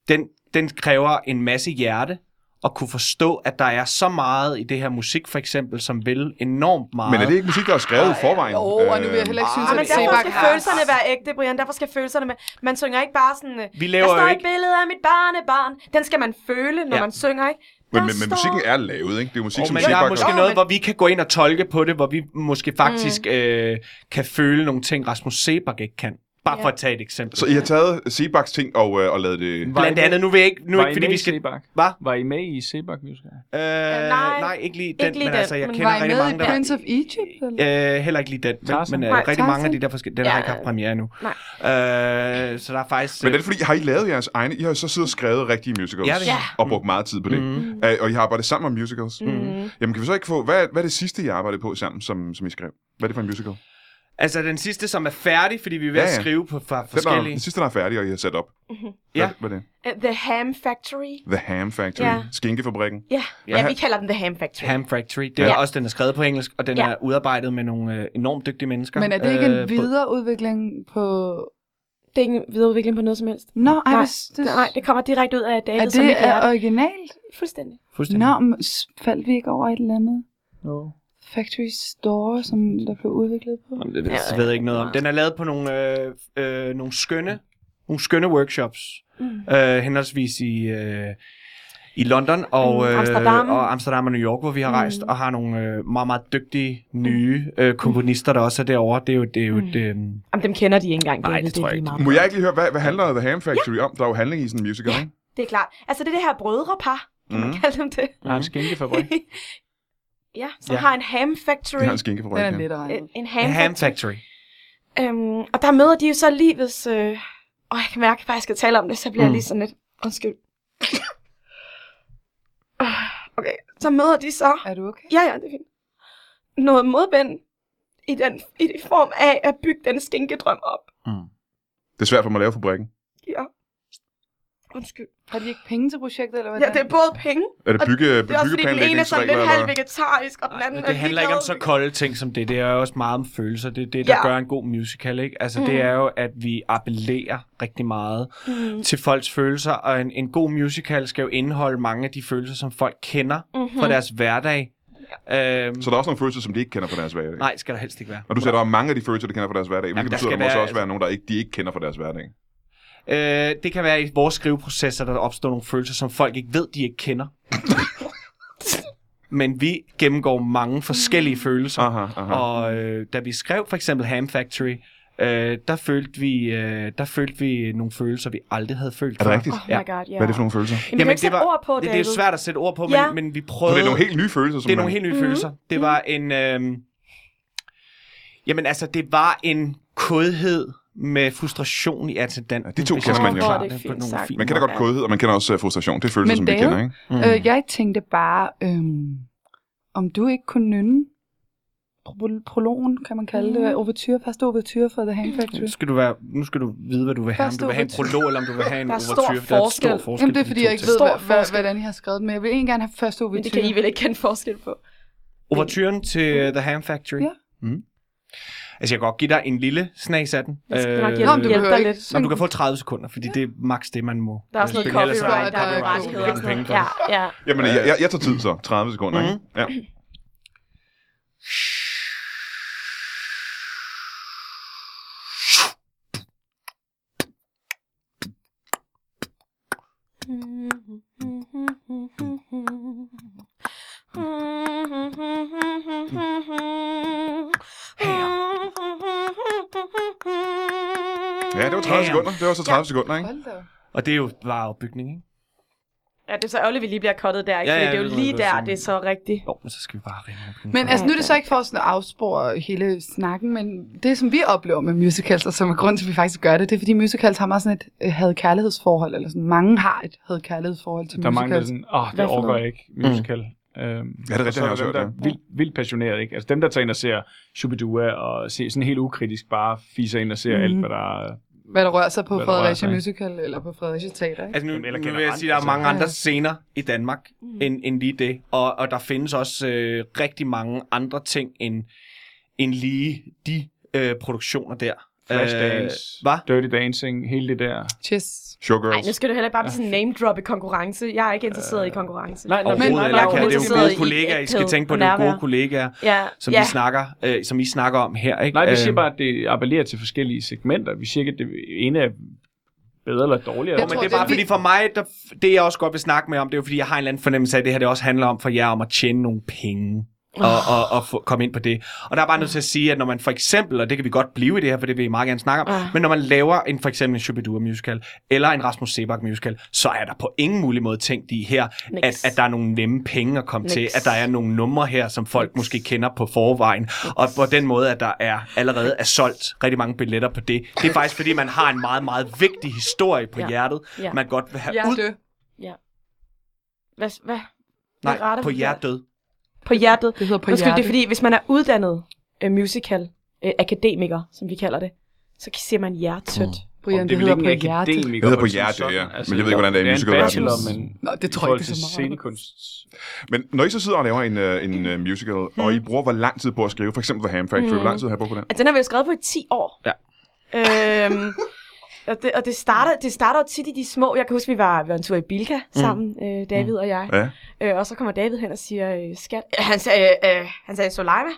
S4: Den, den kræver en masse hjerte, at kunne forstå, at der er så meget i det her musik, for eksempel, som vil enormt meget.
S1: Men er det ikke musik, der er skrevet i forvejen? Øh,
S3: Jo, og nu vil jeg heller
S2: øh,
S3: ikke synes, at
S5: Ja, Ah, men
S3: det
S5: derfor
S3: Sebak
S5: skal
S3: har-
S5: følelserne være ægte, Brian. Derfor skal følelserne med. Man synger ikke bare sådan... øh,
S4: Vi
S5: Der
S4: laver
S5: står
S4: jo
S5: et
S4: ikke...
S5: billede af mit barnebarn. Den skal man føle, når
S4: Ja.
S5: man synger, ikke?
S1: Men,
S5: Der
S1: men, men
S5: står-
S1: musikken er lavet, ikke? Det er musik,
S4: Oh,
S1: som
S4: men
S1: Sebak
S4: der er
S1: har-
S4: måske
S5: Jo,
S4: noget,
S5: men-
S4: hvor vi kan gå ind og tolke på det, hvor vi måske faktisk øh, kan føle nogle ting, Rasmus Sebak ikke kan. Bare
S5: Ja.
S4: for at tage et eksempel.
S1: Så I har taget Sebaks ting og, øh, og lavet det...
S2: Var I
S4: Blandt
S2: med-
S4: andet, nu vil jeg ikke, nu
S2: var
S4: ikke
S2: I
S4: fordi
S2: med
S4: vi
S2: i
S4: skal...
S2: Sebak?
S4: Hvad?
S2: Var I med i Sebak Musical?
S4: Øh,
S5: nej.
S4: nej, ikke lige den,
S5: Ikke lige
S4: men
S5: den,
S4: altså, jeg
S5: men
S4: kender
S3: Var I
S4: rigtig
S3: med
S4: mange,
S3: i
S4: der...
S3: Prince of Egypt? Eller?
S4: Øh, heller ikke lige den, men,
S2: Tarzan.
S4: men øh,
S5: Nej,
S4: rigtig
S3: Tarzan.
S4: mange af de der forskellige, den
S5: Ja.
S4: har ikke haft premiere endnu.
S5: Nej.
S4: Øh, så der er faktisk...
S1: Men er det fordi, har I lavet jeres egne... I har jo så siddet og skrevet rigtige musicals.
S4: Ja, det har
S1: Og brugt meget tid på det. Mm. Øh, og I har arbejdet sammen om musicals. Mm. Jamen kan vi så ikke få... Hvad, hvad er det sidste, I arbejdede på sammen, som, som I skrev? Hvad er det for en musical?
S4: Altså den sidste, som er færdig, fordi vi er ved
S1: Ja,
S4: at
S1: ja.
S4: skrive på fra
S1: Den, der,
S4: forskellige...
S1: den sidste, der er færdig, og I har sat op.
S5: Mm-hmm.
S1: Hvad,
S4: Ja.
S1: Hvad er det?
S5: Øh, The Ham Factory.
S1: The Ham Factory.
S5: Ja.
S1: Skinkefabrikken.
S5: Ja, ja. vi kalder den The Ham Factory.
S4: Ham Factory. Det er
S5: Ja.
S4: ja. også, den er skrevet på engelsk, og den
S5: Ja.
S4: ja. er udarbejdet med nogle øh, enormt dygtige mennesker.
S3: Men er det ikke en
S4: Øh,
S3: videreudvikling på...
S6: Det er ikke en videreudvikling på noget som helst.
S3: Nå, ej,
S5: Nej,
S3: hvis det...
S5: Nej, det kommer direkte ud af David,
S3: Er
S5: som
S3: det
S5: vi kalder
S3: øh, originalt?
S6: Fuldstændig.
S4: på- Fuldstændig.
S3: Nå, men s- faldt vi ikke over et eller andet
S2: No.
S3: factory store, som der blev udviklet på?
S4: Jamen, Det ved, det ved jeg ikke noget om. Den er lavet på nogle, øh, øh, nogle skønne nogle skønne workshops. Mm. Øh, henholdsvis i, øh, i London og,
S5: Mm,
S4: øh,
S5: Amsterdam. Mm.
S4: og Amsterdam og New York, hvor vi har rejst, og har nogle øh, meget, meget dygtige nye øh, komponister, der også er derovre. Det er jo, det er jo
S5: Mm.
S4: et... Øh,
S5: Jamen, dem kender de ikke engang.
S4: Nej,
S5: David,
S4: det tror jeg
S5: er lige
S4: ikke.
S5: meget.
S1: Må jeg ikke lige høre, hvad, hvad handler The Ham Factory om? Der er jo handling i sådan en musical, ikke?
S5: Det er klart. Altså, det er det her brødrepar, kan man
S1: Mhm.
S5: kalde dem det.
S2: Der er en skinkefabrik.
S5: Ja, som
S4: Ja.
S5: har en ham
S1: De
S5: factory.
S1: har en
S3: Den
S1: skinkefabrik.
S3: er
S1: ja.
S3: lidt regnet.
S5: En, en ham,
S4: Ham,
S5: ham.
S4: Factory.
S5: Øhm, og der møder de jo så livets... Øh... Og jeg kan mærke, at jeg skal tale om det, så bliver mm. jeg lige sådan lidt... Undskyld. Øh, okay, så møder de så...
S3: Er du okay?
S5: Ja, ja, det er fint. Noget modbind i, den, i den form af at bygge den skinkedrøm op.
S1: Det er svært for mig at lave fabrikken.
S5: Ja. Undskyld.
S3: Har de ikke penge til projektet, eller hvad?
S5: Ja, det er både penge.
S1: Er det bygge,
S5: Det er også fordi den ene er sådan lidt
S1: byggeplanlægningsregler?
S5: halv
S1: eller-
S5: vegetarisk, og den anden
S4: Men det
S5: er
S4: handler ikke om så
S5: ligeglad.
S4: kolde ting som det. Det er jo også meget om følelser. Det er det, der
S5: Ja.
S4: ja. gør en god musical, ikke? Altså, mm. det er jo, at vi appellerer rigtig meget mm.
S5: Mm-hmm.
S4: til folks følelser, og en, en god musical skal jo indeholde mange af de følelser, som folk kender mm-hmm.
S5: Mhm.
S4: fra deres hverdag. Ja. Øhm,
S1: Så der er også nogle følelser, som de ikke kender fra deres hverdag.
S4: nej, skal der helst ikke være.
S1: Og du sagde, der er mange af de følelser, de kender fra deres hverdag. Hvilket
S4: der
S1: betyder, der
S4: skal
S1: må så
S4: være-
S1: også være nogen, der ikke, de ikke kender fra deres hverdag.
S4: Øh, det kan være i vores skriveprocesser, der opstår nogle følelser, som folk ikke ved, de ikke kender. Men vi gennemgår mange
S5: Mhm.
S4: forskellige følelser.
S1: Aha, aha.
S4: Og øh, da vi skrev for eksempel Ham Factory, øh, der, følte vi, øh, der følte vi nogle følelser, vi aldrig havde følt
S1: Er det
S4: før.
S1: rigtigt?
S5: Oh my
S4: Ja.
S5: god, ja.
S1: Hvad er det for nogle følelser?
S5: Jamen, Jamen, ikke sætte ord på,
S4: det,
S5: David.
S4: det er jo svært at sætte ord på, men,
S5: Ja.
S4: ja. men vi
S1: Så
S4: prøvede...
S1: det er nogle helt nye følelser, som
S4: det er nogle
S1: man-
S4: helt nye følelser.
S5: Mhm.
S4: Det var en... Øh, jamen altså, det var en kodhed med frustration i attendant.
S1: Ja, de to kender man jo.
S5: Åh, det er fint sagt.
S1: Man kender godt kodhed, og man kender også øh, frustration. Det er følelser,
S3: Men
S1: som vi
S3: Dave-
S1: kender, ikke?
S4: Mm.
S3: Øh, jeg tænkte bare, øhm, om du ikke kunne nynne pro- prologen, kan man kalde
S5: Mm.
S3: det, overture, første overture for The Hand Factory.
S4: Nu skal, du være, nu skal skal du vide, hvad du vil have. Om
S3: Første
S4: du vil have en
S3: overture.
S4: prolog, eller om du vil have en
S5: Der er stor
S4: overture. for Der er stor
S5: forskel.
S4: forskel.
S3: Jamen det
S4: på
S3: er
S4: de
S3: fordi,
S4: to
S3: jeg ikke
S4: ting.
S3: ved,
S5: Stor
S3: hvad, hvad,
S5: forskel.
S3: hvordan I har skrevet den, men jeg vil egentlig gerne have første overture.
S5: Men det kan I vel ikke kende forskel på.
S4: Overturen
S5: Mm.
S4: til øh, The Ham Factory.
S3: Ja.
S4: Mm. Altså, jeg kan godt give dig en lille snas af den.
S5: Jeg skal nok
S4: Øh,
S5: hjælpe
S3: Nå, men du
S5: Hjælp
S3: behøver
S5: dig
S3: ikke
S5: lidt.
S4: Nå, du kan få 30 sekunder, fordi det er maks det, man må.
S5: Der er også noget
S4: spille. Ellers er
S5: copyright, der
S4: ikke
S5: er
S3: copyright,
S5: nogle rettigheder. og
S4: nogen
S5: sådan
S4: penge
S5: noget.
S4: for
S5: Ja,
S4: det.
S5: ja.
S1: Jamen, jeg, jeg, jeg tager tid så. 30 sekunder, ikke? Ja.
S5: Bam.
S1: Ja, det var 30
S4: Damn.
S1: sekunder. Det var så 30 sekunder, ikke?
S3: Hold da. op.
S4: Og det er jo bare opbygning, ikke?
S5: Ja, det er så ærgerligt, vi lige bliver kottet der, ikke?
S4: Ja,
S5: Ja,
S4: ja,
S5: ja, det er
S4: det
S5: jo
S4: må
S5: lige
S4: jeg godt
S5: der,
S4: sige.
S5: det er så rigtigt.
S4: Jo, men så skal vi bare ringe opbygning.
S3: Men altså, nu er det så ikke for sådan at afspore hele snakken, men det, som vi oplever med musicals, og som er grunden til, at vi faktisk gør det, det er, fordi musicals har meget sådan et øh, havde-kærlighedsforhold, eller sådan, mange har et havde-kærlighedsforhold til
S2: Der er mange, der er
S3: musicals.
S2: sådan, åh, oh,
S3: Hvad
S2: det
S3: for
S2: overgår
S3: noget?
S2: jeg ikke, musical. Mm. Øhm,
S1: det er rigtigt,
S2: og så
S1: jeg har
S2: der
S1: også
S2: dem,
S1: hørt
S2: der er
S1: det.
S2: vildt, vildt passioneret, ikke? Altså dem, der tager ind og ser Shubidua, og ser sådan helt ukritisk bare fiser ind og
S3: Mhm.
S2: ser mm. alt, hvad der er.
S3: Hvad der rører sig på
S2: Hvad der rører
S3: Fredericia
S2: sig, ikke?
S3: Musical, eller på Fredericia Teater, ikke?
S4: Altså nu,
S2: Jamen, eller
S4: nu vil jeg
S2: generelt,
S4: sige, der er
S2: altså.
S4: mange andre
S3: Ja.
S4: scener i Danmark mm. end, end lige det. Og, og der findes også øh, rigtig mange andre ting end, end lige de øh, produktioner der.
S1: Øh,
S4: Øh,
S2: Flashdance,
S4: hvad?
S2: Dirty Dancing, hele det der.
S3: Cheers.
S5: Nej, nu
S1: Showgirls.
S5: skal du heller ikke bare blive sådan en name-drop i konkurrence. Jeg er ikke interesseret i konkurrence.
S2: Nej, nej,
S4: Ah, Overhovedet,
S2: men,
S4: men,
S3: nej,
S4: eller,
S3: nej,
S4: kan, det er jo
S5: interesseret
S4: gode
S5: i
S4: kollegaer, I skal
S5: ægthed
S4: tænke på.
S5: og
S4: Det er jo gode
S5: nærvær.
S4: kollegaer,
S5: Ja,
S4: som,
S5: ja.
S4: ja. I snakker, øh, som I snakker om her. Ikke?
S2: nej, vi siger
S4: Øhm,
S2: bare, at det appellerer til forskellige segmenter. Vi siger ikke, at det ene er bedre eller dårligere.
S3: Jeg
S4: men
S3: tror,
S4: det er bare
S3: det er
S4: fordi for mig, der, det jeg også godt vil snakke med om, det er jo fordi, jeg har en eller anden fornemmelse af, at det her det også handler om for jer om at tjene nogle penge. Og, og, og få, komme ind på det. Og der er bare nødt til at sige, at når man for eksempel, og det kan vi godt blive i det her, for det vil I meget gerne snakke om,
S5: Ah.
S4: men når man laver en for eksempel en Shubidua musical, eller en Rasmus Sebak musical, så er der på ingen mulig måde tænkt i her,
S5: Nix.
S4: at, at der er nogle nemme penge at komme
S5: Nix.
S4: til, at der er nogle numre her, som folk måske kender på forvejen, og på den måde, at der er allerede er solgt rigtig mange billetter på det. Det er faktisk, fordi man har en meget, meget vigtig historie på
S5: Ja.
S4: hjertet,
S5: Ja.
S4: man godt vil have
S3: Jeg er
S4: ud.
S3: død.
S5: Hvad, hvad? Hvad
S4: Nej,
S5: retter
S4: på
S5: vi der?
S4: hjertet.
S5: På hjertet.
S3: Det hedder på
S5: Undskyld, det
S3: hjertet.
S5: er fordi, hvis man er uddannet uh, musical uh, akademiker, som vi kalder det, så siger man hjertødt. Mm.
S3: Brian, det, hedder på hjertet.
S2: Det
S1: hedder på hjertet, ja. Men jeg ved ikke, hvordan det er i
S2: altså, Det er en
S1: musicalverdenen.
S2: bachelor, men
S3: Nå, det
S2: i
S3: tror jeg ikke,
S2: forhold
S3: det er
S2: til
S3: så meget. Mm.
S2: scenekunst.
S1: Men når I så sidder og laver en, øh, en øh, musical, og I bruger hvor lang tid på at skrive, for eksempel The Ham Factory, hvor lang tid har I brugt på den?
S5: Altså, den har vi jo skrevet på i 10 år.
S4: Ja.
S5: Øhm, og det, og det, starter, det starter jo tit i de små. Jeg kan huske, vi var, vi var en tur i Bilka sammen, øh, David og jeg.
S1: Ja.
S5: Øh, og så kommer David hen og siger, øh, skat, øh, han sagde, øh, han sagde Solima,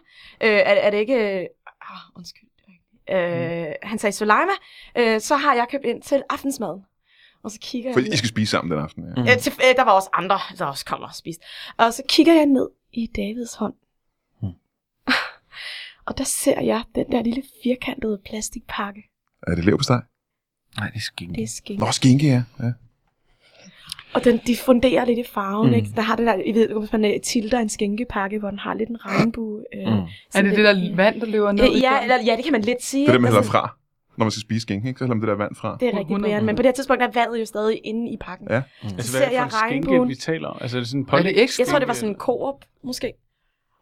S5: øh, er, er det ikke, øh, ah, undskyld, øh, han sagde Solima, øh, så har jeg købt ind til aftensmaden. Og så kigger
S1: For
S5: jeg,
S1: I skal spise sammen den aften. Ja.
S4: Mm.
S5: øh, til, øh, der var også andre, der også kom og spiste. Og så kigger jeg ned i Davids hånd.
S4: Mm.
S5: og der ser jeg den der lille firkantede plastikpakke.
S1: Er det lever på steg?
S4: Nej, det skal
S5: Det er
S4: ikke.
S5: skinke.
S1: Nå, skinke, ja. ja.
S5: Og den diffunderer lidt i farven,
S4: Mm.
S5: mm. ikke? Der har det der, I ved, hvis man øh, tilter en skinkepakke, hvor den har lidt en regnbue.
S4: Mm.
S5: Øh,
S3: Er
S5: sådan
S3: det det
S5: lidt-
S3: der vand, der løber ned?
S5: Øh, ja,
S3: igennem?
S5: eller, ja, det kan man lidt sige.
S1: Det er det, man
S5: ikke?
S1: hælder
S5: sådan-
S1: fra, når man skal spise skinke, ikke? Så hælder man det der vand fra.
S5: Det er rigtigt,
S3: 100.
S5: Brian. Men på det her tidspunkt er vandet jo stadig inde i pakken.
S1: Ja.
S5: Ja.
S2: Altså, hvad er
S5: ser
S2: det for en
S5: jeg
S2: skinke,
S5: regnbuen.
S2: vi taler om? Altså, er det sådan en
S3: Er det
S2: poly-
S3: ikke
S5: Jeg tror, det var sådan en koop, måske.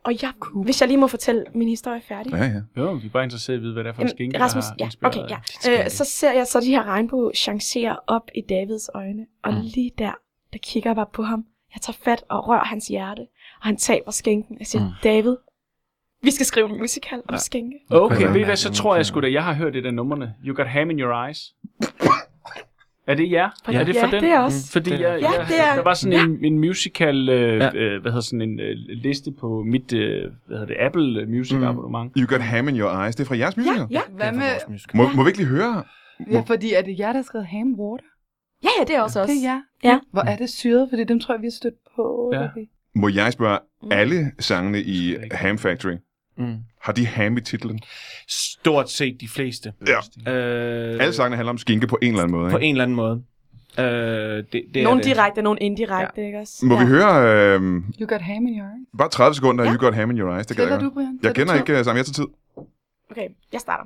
S5: Og jeg, hvis jeg lige må fortælle min historie færdig.
S1: Ja, ja.
S2: Jo, vi er bare interesseret i at vide, hvad det er for en
S5: Jamen,
S2: skinke,
S5: Rasmus,
S2: der har
S5: ja,
S2: inspireret
S5: okay,
S2: dig.
S5: ja. Øh, så ser jeg så de her regnbue chancere op i Davids øjne, og
S4: Mm.
S5: mm. lige der, der kigger jeg bare på ham. Jeg tager fat og rører hans hjerte, og han taber skænken. Jeg siger,
S4: Mm.
S5: mm. David, vi skal skrive en musical om ja. skænke.
S2: Okay,
S4: Ja.
S2: ved I hvad, så tror jeg sgu da, jeg har hørt et af numrene. You got ham in your eyes. Er det jer?
S5: Ja.
S2: Er det for
S5: Ja,
S2: den? Mm.
S5: det er os.
S2: Fordi
S4: Det
S2: jeg,
S4: er-
S2: jeg,
S5: Ja, det er-
S2: der var sådan en, en musical, øh,
S4: Ja.
S2: ja. øh, hvad hedder sådan en øh, liste på mit, øh, hvad hedder det, Apple øh, Music
S1: Mm.
S2: mm. abonnement.
S1: You got ham in your eyes. Det er fra jeres musical.
S5: ja.
S3: Hvad med...
S1: Må, må vi ikke lige høre?
S3: Ja, fordi er det jer, der har skrevet Ham Water?
S5: Ja, ja, det er også os.
S3: Det er jer.
S5: Ja.
S3: Hvor er det syret, fordi dem tror jeg, vi har stødt på.
S2: Ja.
S3: Okay.
S1: Må jeg spørge,
S5: Mm.
S1: alle sangene i Ham Factory,
S4: Mm.
S1: har de ham i titlen?
S4: Stort set de fleste.
S1: Ja.
S4: Øh,
S1: Alle sangene handler om skinke på en eller anden måde,
S4: På
S1: ikke?
S4: en eller anden måde. Øh, det, det er
S5: Nogle
S4: det.
S5: direkte, nogle indirekte, ja. ikke også?
S1: Må
S5: ja.
S1: vi høre øh,
S3: You got ham in your eyes.
S1: bare 30 sekunder af You got ham in your eyes? Det gad
S3: Tæller
S1: jeg
S3: du,
S1: godt.
S3: Brian?
S1: Jeg
S3: Tæller
S1: kender
S3: du?
S1: ikke øh, sangen, jeg tager tid.
S5: Okay, jeg starter.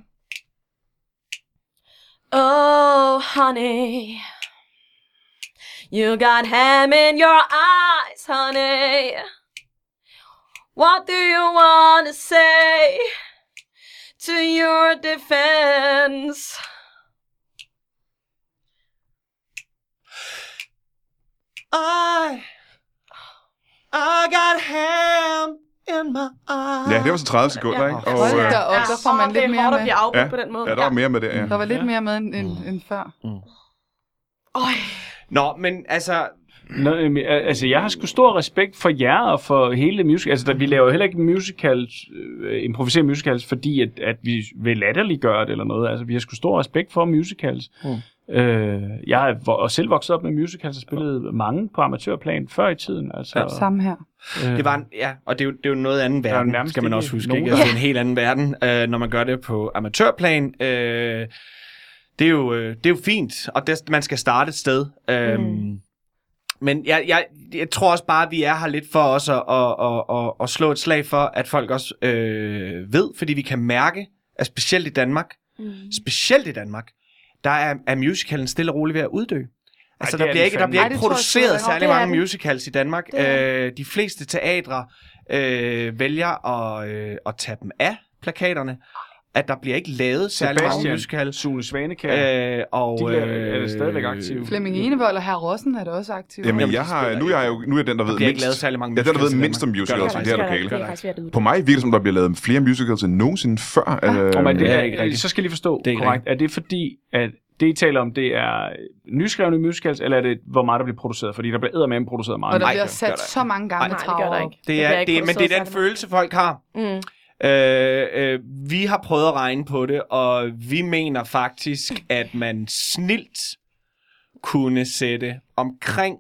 S5: Oh, honey. You got ham in your eyes, honey. What do you want to say to your defense?
S4: I, I got ham in my eyes.
S1: Ja, det var så 30 sekunder,
S5: Ah. Ja. Mm.
S1: ikke?
S4: Hold
S1: Og, øh,
S3: Hold da op, der får man
S5: Åh,
S3: lidt
S5: det er
S3: mere
S5: hårdt at
S3: med.
S5: blive afbrudt
S1: Ja.
S5: på den måde.
S1: ja, der var mere med det, ja.
S3: Der var lidt
S2: Ja.
S3: mere med end, end, end før.
S5: Øj,
S4: Nå, men altså,
S2: Nå, øhm, al- altså, jeg har sgu stor respekt for jer og for hele musical. Altså, der, vi laver jo heller ikke musicals, øh, improviserer musicals, fordi at, at vi vil latterliggøre det eller noget. Altså, vi har sgu stor respekt for musicals. Mm. Øh, jeg er vo- og selv vokset op med musicals og spillet mange på amatørplan før i tiden. Altså,
S4: Ja.
S3: Samme her.
S2: øh,
S4: Det var en, ja, og det er, jo, det er jo noget anden
S2: er jo
S4: verden,
S2: nærmest
S4: skal man
S2: ikke
S4: også huske.
S2: nogen,
S4: Ikke?
S2: der-
S4: Altså, det er en helt anden verden, øh, når man gør det på amatørplan. Øh, det er jo, øh, det er jo fint, og det, man skal starte et sted. Øhm, mm. Men jeg, jeg, jeg tror også bare, at vi er her lidt for os at, at, at, at, at slå et slag for, at folk også øh, ved, fordi vi kan mærke, at specielt i Danmark, mm. specielt i Danmark, der er, er musicalen stille og roligt ved at uddø. Altså,
S2: det er
S4: der bliver
S2: den
S4: ikke, der
S2: fandme.
S4: bliver
S2: Ej,
S4: ikke
S5: det tror jeg sgu da
S4: produceret
S5: godt.
S4: særlig
S5: Det er
S4: mange
S5: den.
S4: musicals i Danmark.
S5: Det er
S4: Øh, de fleste teatre øh, vælger at, øh, at tage dem af plakaterne, at der bliver ikke lavet særlig mange
S2: Sebastian.
S4: musicals.
S2: Sune Svanekær. Øh,
S4: Øh, og,
S2: de bliver, er det stadigvæk aktive.
S3: Flemming Enevold og herr Rossen er da også aktive.
S1: Jamen,
S4: Jamen,
S1: jeg
S4: de
S1: har,
S4: spiller
S1: nu, er jeg jo, nu er jeg den, der ved
S4: Der bliver ikke lavet
S1: mindst.
S4: særlig mange
S1: Ja, den, der ved
S4: musicals i
S1: mindst om
S4: Danmark. Gør
S1: musicals
S4: der
S1: i det
S4: faktisk.
S1: her
S4: Gør der
S1: lokale.
S4: ikke.
S6: Det er faktisk ved at lyde.
S1: altså. På mig virker det, som der bliver lavet flere musicals end nogensinde før.
S5: Ah,
S1: Øh,
S2: Og men det
S4: det
S2: er
S4: er
S2: ikke
S4: Øhm, ikke
S2: rigtigt.
S4: rigtigt.
S2: Så skal jeg lige forstå
S4: Det er
S2: det er
S4: ikke
S2: korrekt. Er det fordi, at det I taler om, det er nyskrevne musicals, eller er det, hvor meget der bliver produceret? Fordi der bliver eddermame produceret
S3: og
S2: meget.
S3: der
S4: Nej,
S3: bliver
S4: det gør
S3: sat
S4: der ikke.
S3: så mange gamle
S6: Nej, det
S3: traver
S6: gør der
S3: op.
S6: ikke.
S4: Det er,
S6: bliver
S4: det,
S6: ikke
S4: det, men det er
S6: produceret
S4: den
S6: særlig
S4: følelse, folk har.
S5: Mm.
S4: Øh, øh, vi har prøvet at regne på det, og vi mener faktisk, at man snilt kunne sætte omkring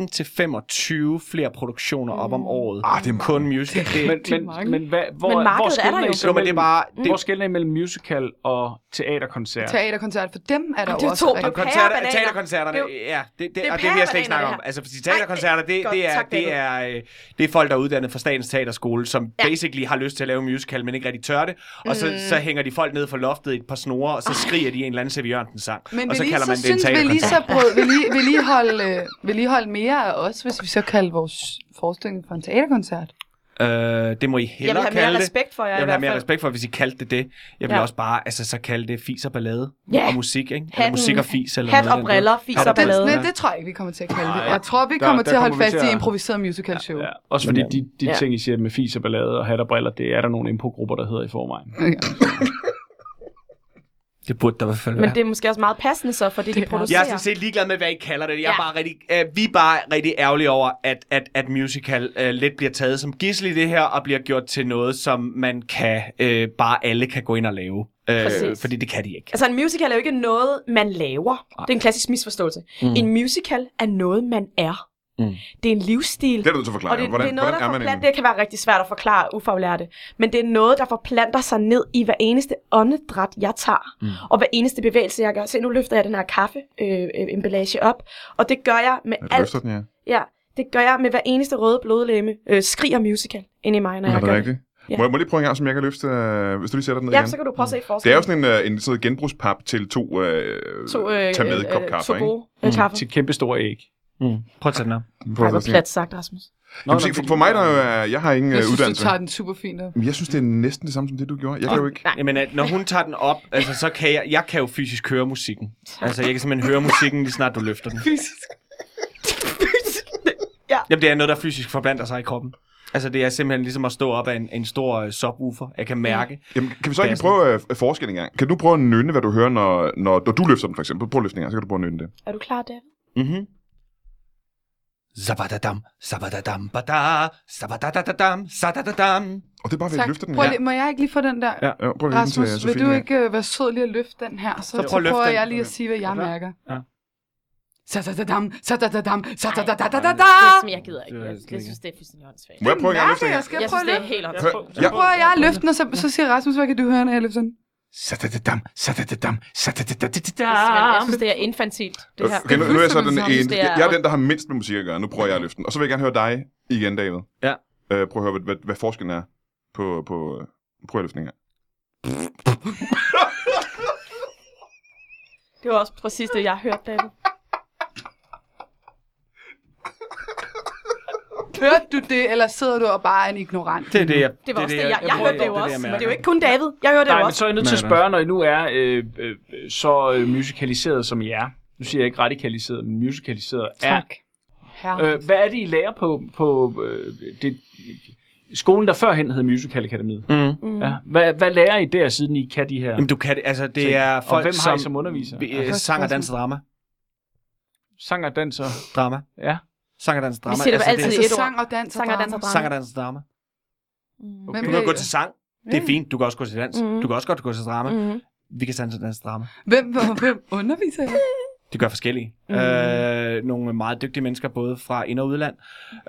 S4: 15-25 flere produktioner op om året.
S1: Ah, det er
S4: kun musical. Det, men,
S2: Men,
S3: rigtig
S2: men,
S3: mange.
S2: men, hvad, hvor,
S5: Men markedet
S2: hvor skiller
S5: er der jo. Mm.
S2: I
S4: jo,
S2: så
S4: men det er
S2: mellem,
S4: bare... Det,
S2: hvor skiller I mellem musical og teaterkoncert?
S3: Teaterkoncert for dem er der
S5: Og
S3: jo
S5: det er
S3: også
S5: to-
S3: rigtig
S5: pærebananer.
S4: koncerter, teaterkoncerterne,
S5: Det
S4: det,
S5: er
S4: ja, det, det,
S5: er
S4: det, og det vil jeg slet ikke
S5: pærebananer,
S4: snakke
S5: det
S4: om.
S5: her.
S4: Altså, fordi
S5: Ej,
S4: teaterkoncerter,
S5: det er
S4: det,
S5: godt.
S4: det, er,
S5: Tak,
S4: det, er, øh, det er folk, der er uddannet fra Statens Teaterskole, som ja. basically har lyst til at lave en musical, men ikke rigtig tør det. Og så,
S5: Mm.
S4: så hænger de folk ned fra loftet i et par snore, og så skriger de en eller anden Sevi Jørgensen sang.
S3: Men
S4: og
S3: vil
S4: så
S3: I
S4: kalder
S3: så
S4: man det en
S3: synes, vil I
S4: teaterkoncert.
S3: så brød, vil I, vil I holde, øh, vil I holde mere af os, hvis vi så kalder vores forestilling for en teaterkoncert?
S4: Øh, det må I
S5: Jeg vil
S4: hellere
S5: have mere
S4: kalde det.
S5: respekt for jer
S4: Jeg vil
S5: i
S4: have
S5: hvert
S4: mere
S5: fald.
S4: respekt for, hvis I kaldte det det. Jeg vil
S5: Ja.
S4: også bare altså, så kalde det fis og ballade
S6: Ja.
S4: og musik, ikke? Eller
S6: Hatten-
S4: musik og fis. Eller
S5: Hat
S4: noget
S5: og briller, fis
S4: Hat
S5: og
S4: og
S3: Det,
S4: briller.
S5: ballade.
S3: nej, det tror jeg ikke, vi kommer til at kalde det.
S2: Nej.
S3: Jeg tror, vi
S2: Der-
S3: kommer
S2: der
S3: til at holde
S2: kommer vi
S3: fast
S2: til
S3: i
S2: at-
S3: improviseret musical show.
S2: Ja, også fordi de, de
S5: Ja.
S2: ting, I siger med fis og ballade og hat og briller, det er der nogle improgrupper, der hedder i forvejen.
S4: Det burde der i hvert fald
S5: Men det er måske også meget passende så, fordi det de
S3: Det er-
S5: producerer.
S4: Jeg er sådan set ligeglad med, hvad I kalder det. Jeg er
S5: Ja.
S4: bare rigtig, øh, vi er bare rigtig ærgerlige over, at, at, at musical øh, lidt bliver taget som gissel i det her, og bliver gjort til noget, som man kan øh, bare alle kan gå ind og lave. Øh,
S5: Præcis.
S4: fordi det kan de ikke.
S5: Altså, en musical er jo ikke noget, man laver. Det er en klassisk misforståelse. Mm. En musical er noget, man er.
S4: Mm.
S5: Det er en livsstil.
S1: Det er du nødt til at
S5: og
S1: forklare.
S5: det,
S1: hvordan,
S5: det er noget,
S1: hvordan
S5: der
S1: er man en...
S5: forplanter, det kan være rigtig svært at forklare ufaglærte, men det er noget, der forplanter sig ned i hver eneste åndedræt, jeg tager, mm. og hver eneste bevægelse, jeg gør. Se, nu løfter jeg den her kaffeemballage øh, emballage op, og det gør jeg med
S1: Er det
S5: alt.
S1: løfter den, ja?
S5: Ja, det gør jeg med hver eneste røde blodlæme. Øh, skriger musical ind i mig, når
S1: Er
S5: jeg
S1: det
S5: gør det.
S1: rigtigt?
S5: Ja.
S1: Må jeg må jeg lige prøve en gang, som jeg kan løfte, øh, hvis du lige sætter den ned
S5: Ja,
S1: igen?
S5: så kan du prøve at se
S1: Det
S5: forskellen.
S1: er jo sådan en, øh, en sådan noget genbrugspap til to, øh, to øh, tag med kop kaffe,
S5: to
S1: ikke? Mm.
S5: gode øh, kaffe.
S2: Til kæmpe store æg.
S4: Mm. Prøv at tage den op.
S5: Ej, hvor plat sagt, Rasmus.
S2: Nå,
S1: Jamen, se,
S2: nå,
S1: for,
S2: men-
S1: for mig, der jo er, jeg har ingen
S3: Jeg
S1: øh,
S3: synes, du
S1: uddannelse.
S3: tager den super fint op.
S1: Men jeg synes, det er næsten det samme som det, du gjorde. Jeg kan jo ikke...
S4: Jamen, at når hun tager den op, altså, så kan jeg, jeg kan jo fysisk høre musikken. Altså, jeg kan simpelthen høre musikken, lige snart du løfter den.
S3: Fysisk.
S4: Jamen, det er noget, der fysisk forblander sig i kroppen. Altså, det er simpelthen ligesom at stå op af en, en stor øh, subwoofer. Jeg kan mærke.
S1: Jamen, kan vi så ikke
S4: Bassen.
S1: prøve øh, forskel engang? Kan du prøve at nynne, hvad du hører, når, når, når du løfter den, for eksempel? Prøv at løfte en gang, så kan du prøve at nynne det.
S5: Er du klar, David?
S4: Mhm. Zabadadam, zabadadam, bada, zabadadadam, sadadadam.
S1: Og det er bare, ved at
S3: Tak.
S1: løfte den.
S3: Prøv
S1: Ja.
S3: lige, må jeg ikke lige få den der?
S4: Ja.
S1: Ja, prøv at løfte den
S3: Rasmus,
S1: til
S3: vil du
S1: Sofie.
S3: ikke øh, være sød lige at løfte den her? Så, så,
S4: prøv
S3: så
S4: at løfte
S3: prøver
S4: den.
S3: jeg lige at sige, hvad jeg mærker.
S4: Ja.
S3: Sa-da-da-dam, sa-da-da-dam,
S6: Det
S3: sa-da-da-da-da-da.
S6: er som jeg gider ikke.
S4: Det er
S6: Jeg,
S4: slet
S6: jeg
S4: ikke.
S6: synes, det er fuldstændig åndssvagt.
S1: Må jeg prøve en gang at løfte
S3: Mærker
S1: en
S3: jeg?
S1: gang?
S3: Skal
S6: Jeg
S3: jeg
S6: synes,
S3: prøve at
S6: det er
S3: løfte?
S6: helt
S1: Hør,
S6: åndssvagt.
S1: ja.
S3: Prøver jeg at løfte den, og så, så siger Rasmus, hvad kan du høre, når jeg løfter den?
S1: Sadadadam, sadadadam, sadadadadadam.
S6: Jeg synes, det er infantilt, det her.
S1: Okay, nu, nu er jeg så den
S3: fuldstændig
S1: ene.
S6: samme.
S1: Jeg er den, der har mindst med musik at gøre. Nu prøver jeg at løfte den. Og så vil jeg gerne høre dig igen, David.
S4: Ja.
S1: Øh, prøv at høre, hvad, hvad, hvad forskellen er på... på øh, prøv at løfte den her.
S5: Det var også præcis det, jeg hørte, David.
S3: Hørte du det, eller sidder du og bare er en ignorant?
S4: Det er det, jeg...
S5: Det var det, også det,
S4: er
S5: jeg, jeg, jeg
S4: prøver-
S5: hørte det jo
S4: er
S5: også.
S4: jeg
S5: Men
S4: mærker.
S5: det er jo ikke kun David. Jeg hørte det
S2: Nej,
S5: jo
S2: men
S5: også.
S2: så er jeg nødt til at
S4: Nej,
S2: spørge, når I nu er øh, øh, øh, så øh, musicaliseret, som I er. Nu siger jeg ikke radikaliseret, men musicaliseret. Er,
S3: Tak. Herre.
S2: øh, hvad er det, I lærer på, på øh, det, skolen, der førhen hed Musical Akademiet?
S4: Mm.
S2: Mm. Ja. Hvad, hvad lærer I der, siden I kan de her?
S4: Jamen, du kan det. Altså,
S2: Se.
S4: det er
S2: Og
S4: folk,
S2: hvem har
S4: som...
S2: I som underviser?
S4: Vi-
S2: Ja.
S4: øh, Sang og dans og drama.
S2: Sang og danser.
S4: Drama.
S2: Ja.
S4: Sang og dans og drama.
S5: Vi siger det bare
S4: er-
S5: altid
S3: Altså
S5: et ord.
S3: sang og dans og
S5: Sang og dans og
S3: drama.
S5: drama.
S4: Sang og dans og drama.
S3: Hvem
S4: Du
S3: bliver
S4: kan
S3: I-
S4: gå til sang. Det er fint. Du kan også gå til dans.
S5: Mhm.
S4: Du kan også godt gå til drama.
S5: Mm-hmm.
S4: Vi kan sanse og danse drama.
S3: Hvem, hvem underviser jeg?
S4: Det gør forskellige.
S5: Mhm.
S4: Øh, øh, nogle meget dygtige mennesker, både fra ind- og udland.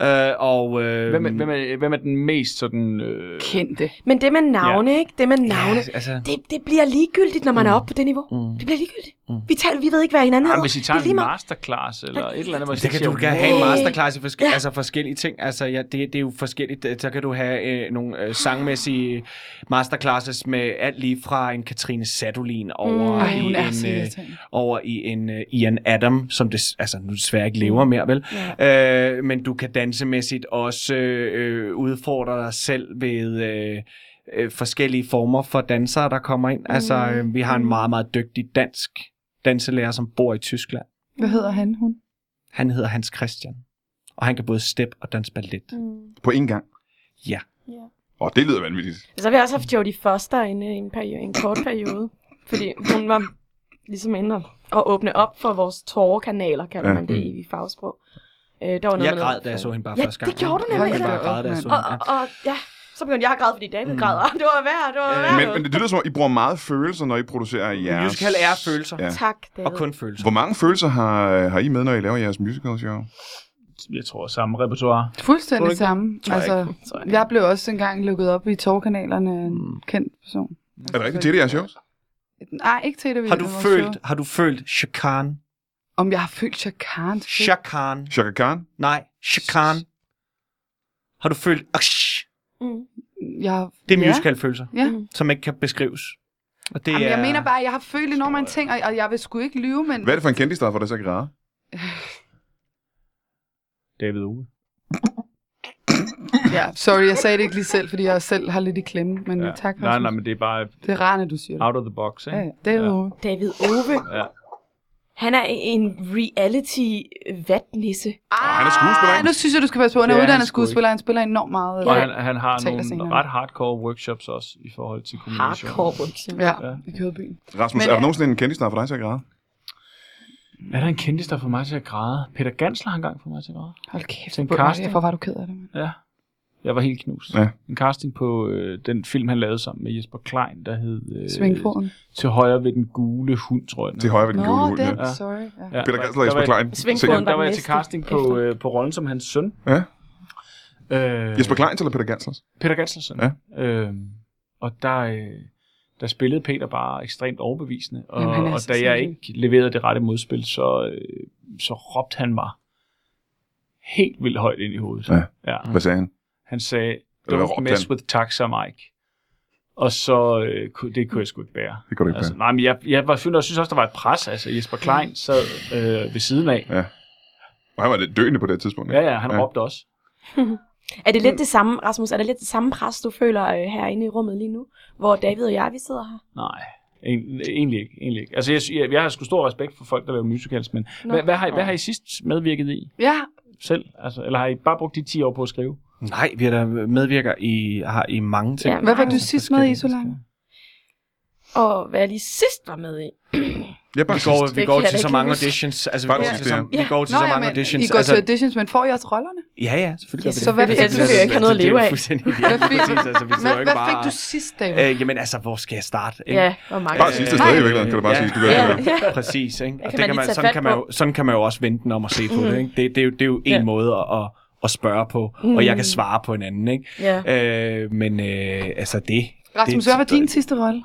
S4: Øh, og, øh,
S2: Hvem, er- hvem, er, hvem er den mest sådan... Øh,
S3: Kendte.
S5: Men det med navne, ikke? Det med navne.
S4: Ja, altså,
S5: Det, det bliver ligegyldigt, når man
S1: Mm.
S5: er oppe på det niveau. Det bliver ligegyldigt. Vi, taler, vi ved ikke, hvad hinanden
S2: ah,
S5: hedder.
S2: hvis I
S5: Det
S2: tager
S5: er
S2: en
S5: lige meget.
S2: masterclass eller et eller andet, hvor I
S4: Det kan
S2: siger,
S4: du kan have en
S5: Wow.
S4: masterclass i forske- altså forskellige ting. Altså, ja, det, det er jo forskelligt. Så kan du have øh, nogle øh, sangmæssige masterclasses med alt lige fra en Katrine Sadolin over,
S5: Mm.
S4: mm.
S5: Ej,
S4: i,
S3: hun er så
S4: en, øh,
S3: irriterende.
S4: over i en øh, Ian Adam, som des, altså, nu desværre ikke lever mere, vel? Ja. Øh, men du kan dansemæssigt også øh, øh, udfordre dig selv ved... Øh, øh, forskellige former for dansere, der kommer ind. Altså, øh, vi har en meget, meget dygtig dansk danselærer, som bor i Tyskland.
S3: Hvad hedder han, hun?
S4: Han hedder Hans Christian. Og han kan både step og danse ballet.
S3: Mm.
S5: Mm.
S1: På én gang.
S4: Ja.
S1: Og det lyder vanvittigt.
S5: Så har vi også haft Jodie Foster i en, en, periode, en kort periode. Fordi hun var ligesom inde og åbne op for vores tårerkanaler, kalder
S1: Ja. Mm.
S5: man det i fagsprog. Øh, der var noget
S4: Jeg
S5: med
S4: græd,
S5: noget-
S4: da jeg så hende bare
S5: Ja,
S4: første gang.
S5: det gjorde du
S4: Jeg
S5: nemlig.
S4: kunne bare
S3: Ja.
S4: græde, da jeg så
S5: Og,
S4: hende.
S5: og, og ja, så begyndte jeg at græde, fordi David mm. græd. Ah, Det var værd, det var
S4: Øh,
S5: værd.
S1: Men, men det lyder som om, I bruger meget følelser, når I producerer
S4: Ja.
S1: jeres...
S4: Musical er følelser.
S1: Ja.
S4: Ja.
S5: Tak, David.
S4: Og kun følelser.
S1: Hvor mange følelser har, har I med, når I laver jeres musical show?
S2: jeg tror, samme repertoire.
S3: Fuldstændig
S2: Tror du ikke?
S3: samme. Altså, jeg, jeg blev også engang lukket op i tårkanalerne af
S2: Mm.
S3: en kendt person.
S1: Er det rigtigt til det, jeres shows?
S3: Nej, ikke til det. vi-
S4: Har du
S3: vores
S4: følt,
S3: show.
S4: har du følt chakran?
S3: Om jeg har følt chakaren?
S4: Chakran.
S1: Chaka Khan?
S4: Nej, chakran. Har du følt, aksh?
S5: Mm.
S3: Jeg,
S4: Det er
S3: ja.
S4: musical-følelser,
S3: Ja.
S4: som ikke kan beskrives. Og det
S3: Jamen,
S4: er...
S3: jeg mener bare, at jeg har følt enormt mange ting, og, og jeg vil sgu ikke lyve, men...
S1: Hvad er det for en kendis, der får dig så græde?
S2: David Uwe.
S3: Ja, sorry, jeg sagde det ikke lige selv, fordi jeg selv har lidt i klemme, men ja. Mm, tak.
S2: nej,
S3: Rasmus.
S2: nej, men det er bare
S3: Det er rart, at du siger det.
S2: out of the box, ikke?
S3: Ja, ja, det er
S2: Ja.
S3: jo...
S5: David Ove.
S2: Ja.
S5: Han er en reality-vatnisse.
S1: Og han er skuespiller,
S3: Ej,
S1: ikke?
S3: nu synes jeg, du skal passe på. Han er
S2: Det er
S3: uddannet
S2: han sgu ikke.
S3: skuespiller, han spiller enormt meget. øh,
S2: Og han, han har
S3: Taler senere.
S2: nogle ret hardcore workshops også i forhold til kommunikation.
S5: Hardcore workshop.
S3: Ja,
S2: Ja.
S3: i Kødbyen.
S1: Rasmus,
S3: Men,
S1: er der
S3: ja.
S1: nogensinde en kendis, der har fået dig til at græde?
S2: Er der en kendis, der får mig til at græde? Peter Gansler har engang fået mig til at græde.
S3: Hold kæft,
S2: Til en
S3: hvor
S2: casting.
S3: var du ked af det, mand.
S2: Ja. Jeg var helt knust.
S1: Ja.
S2: En casting på øh, den film, han lavede sammen med Jesper Klein, der hed... Øh,
S3: Svingfoden.
S2: Til højre ved den gule hund, tror jeg. den
S1: Til
S2: hed.
S1: højre ved den
S3: Nå,
S1: gule hund,
S3: den,
S1: ja.
S2: ja.
S3: sorry. Ja.
S2: Ja,
S1: Peter
S2: der-
S1: Gansler og
S2: der var
S1: Jesper
S2: jeg-
S1: Klein.
S5: Svingfoden.
S2: Jamen, der
S5: var
S2: var
S5: den
S2: jeg til
S5: næste
S2: casting på,
S5: efter.
S2: øh, på rollen som hans søn.
S1: Ja.
S2: Øh,
S1: Jesper Klein eller Peter Gansler?
S2: Peter Ganslersen. Ja. Øh, og der, øh, der spillede Peter bare ekstremt overbevisende. Og,
S3: Jamen, han er altså
S2: og
S3: så
S2: da jeg
S3: sindssyg.
S2: ikke leverede det rette modspil, så, øh, så råbte han mig helt vildt højt ind i hovedet.
S1: Ja.
S2: ja.
S1: Hvad sagde han?
S2: Han sagde,
S1: Eller hvad
S2: don't
S1: råbte
S2: mess
S1: han?
S2: with taxa, Mike. Og så, øh, kunne- det kunne jeg sgu ikke bære.
S1: Det kan du ikke
S2: Altså,
S1: altså,
S2: nej, men jeg, jeg var fyldt, og jeg synes også, der var et pres. Altså, Jesper Klein sad øh, ved siden af.
S1: Og han var lidt døende på det tidspunkt.
S2: Ja, ja, han
S1: Ja.
S2: råbte også.
S5: Er det lidt det samme, Rasmus, er det lidt det samme pres, du føler øh, herinde i rummet lige nu? Hvor David og jeg, vi sidder her.
S2: Nej, en- egentlig ikke. Egentlig ikke. Altså, jeg, sy- jeg, jeg har sgu stor respekt for folk, der laver musicals, men
S5: Nå.
S2: hvad, hvad, har, I- hvad har I sidst medvirket i
S3: ja,
S2: selv? Altså, eller har I bare brugt de 10 år på at skrive?
S4: Nej, vi er der medvirker i, har i mange ting.
S5: Ja,
S3: hvad var du
S5: mange
S3: sidst med i Isolange?
S5: Og hvad jeg lige sidst var med i.
S1: Jeg bare
S4: Vi går,
S1: sidst.
S5: Det
S4: vi går
S5: kan jeg da
S4: til så
S5: ikke
S4: mange
S5: huske.
S4: auditions. Altså, vi
S1: Bare
S4: går
S1: du
S4: til
S1: siger.
S4: så, vi går til
S3: Nå,
S4: så
S3: ja,
S4: mange
S3: men
S4: auditions. Altså-
S3: I går til auditions, men får I også rollerne?
S4: Ja, ja, selvfølgelig
S5: Ja,
S4: gør vi det.
S5: så hvad fik
S4: Altså,
S5: du? Jeg kan noget at leve
S4: Det er
S5: af.
S4: jo fuldstændig
S3: Hvad fik,
S4: præcis, altså, vi sidder
S3: hvad,
S4: jo ikke
S3: hvad fik
S4: bare...
S3: du sidst, David?
S4: Øh, jamen altså, hvor skal jeg starte? ikke?
S5: Ja, hvor mange.
S1: Bare sig det stadig i virkeligheden, kan du bare sige. Du kan
S5: Ja.
S1: ikke
S4: Ja, præcis. Ikke? Og
S5: kan
S4: det
S5: man lige
S4: kan man,
S5: tage
S4: sådan,
S5: fat
S4: kan man
S5: på. Mm.
S4: jo, sådan kan man jo også vente om at se på det. Ikke? Det, det, er jo, det er jo en
S5: Ja. Mm.
S4: måde at, at, at spørge på, og jeg kan svare på en anden. Ikke?
S5: Ja.
S4: Øh, men øh, altså det...
S3: Rasmus,
S4: det,
S3: hvad var din sidste rolle?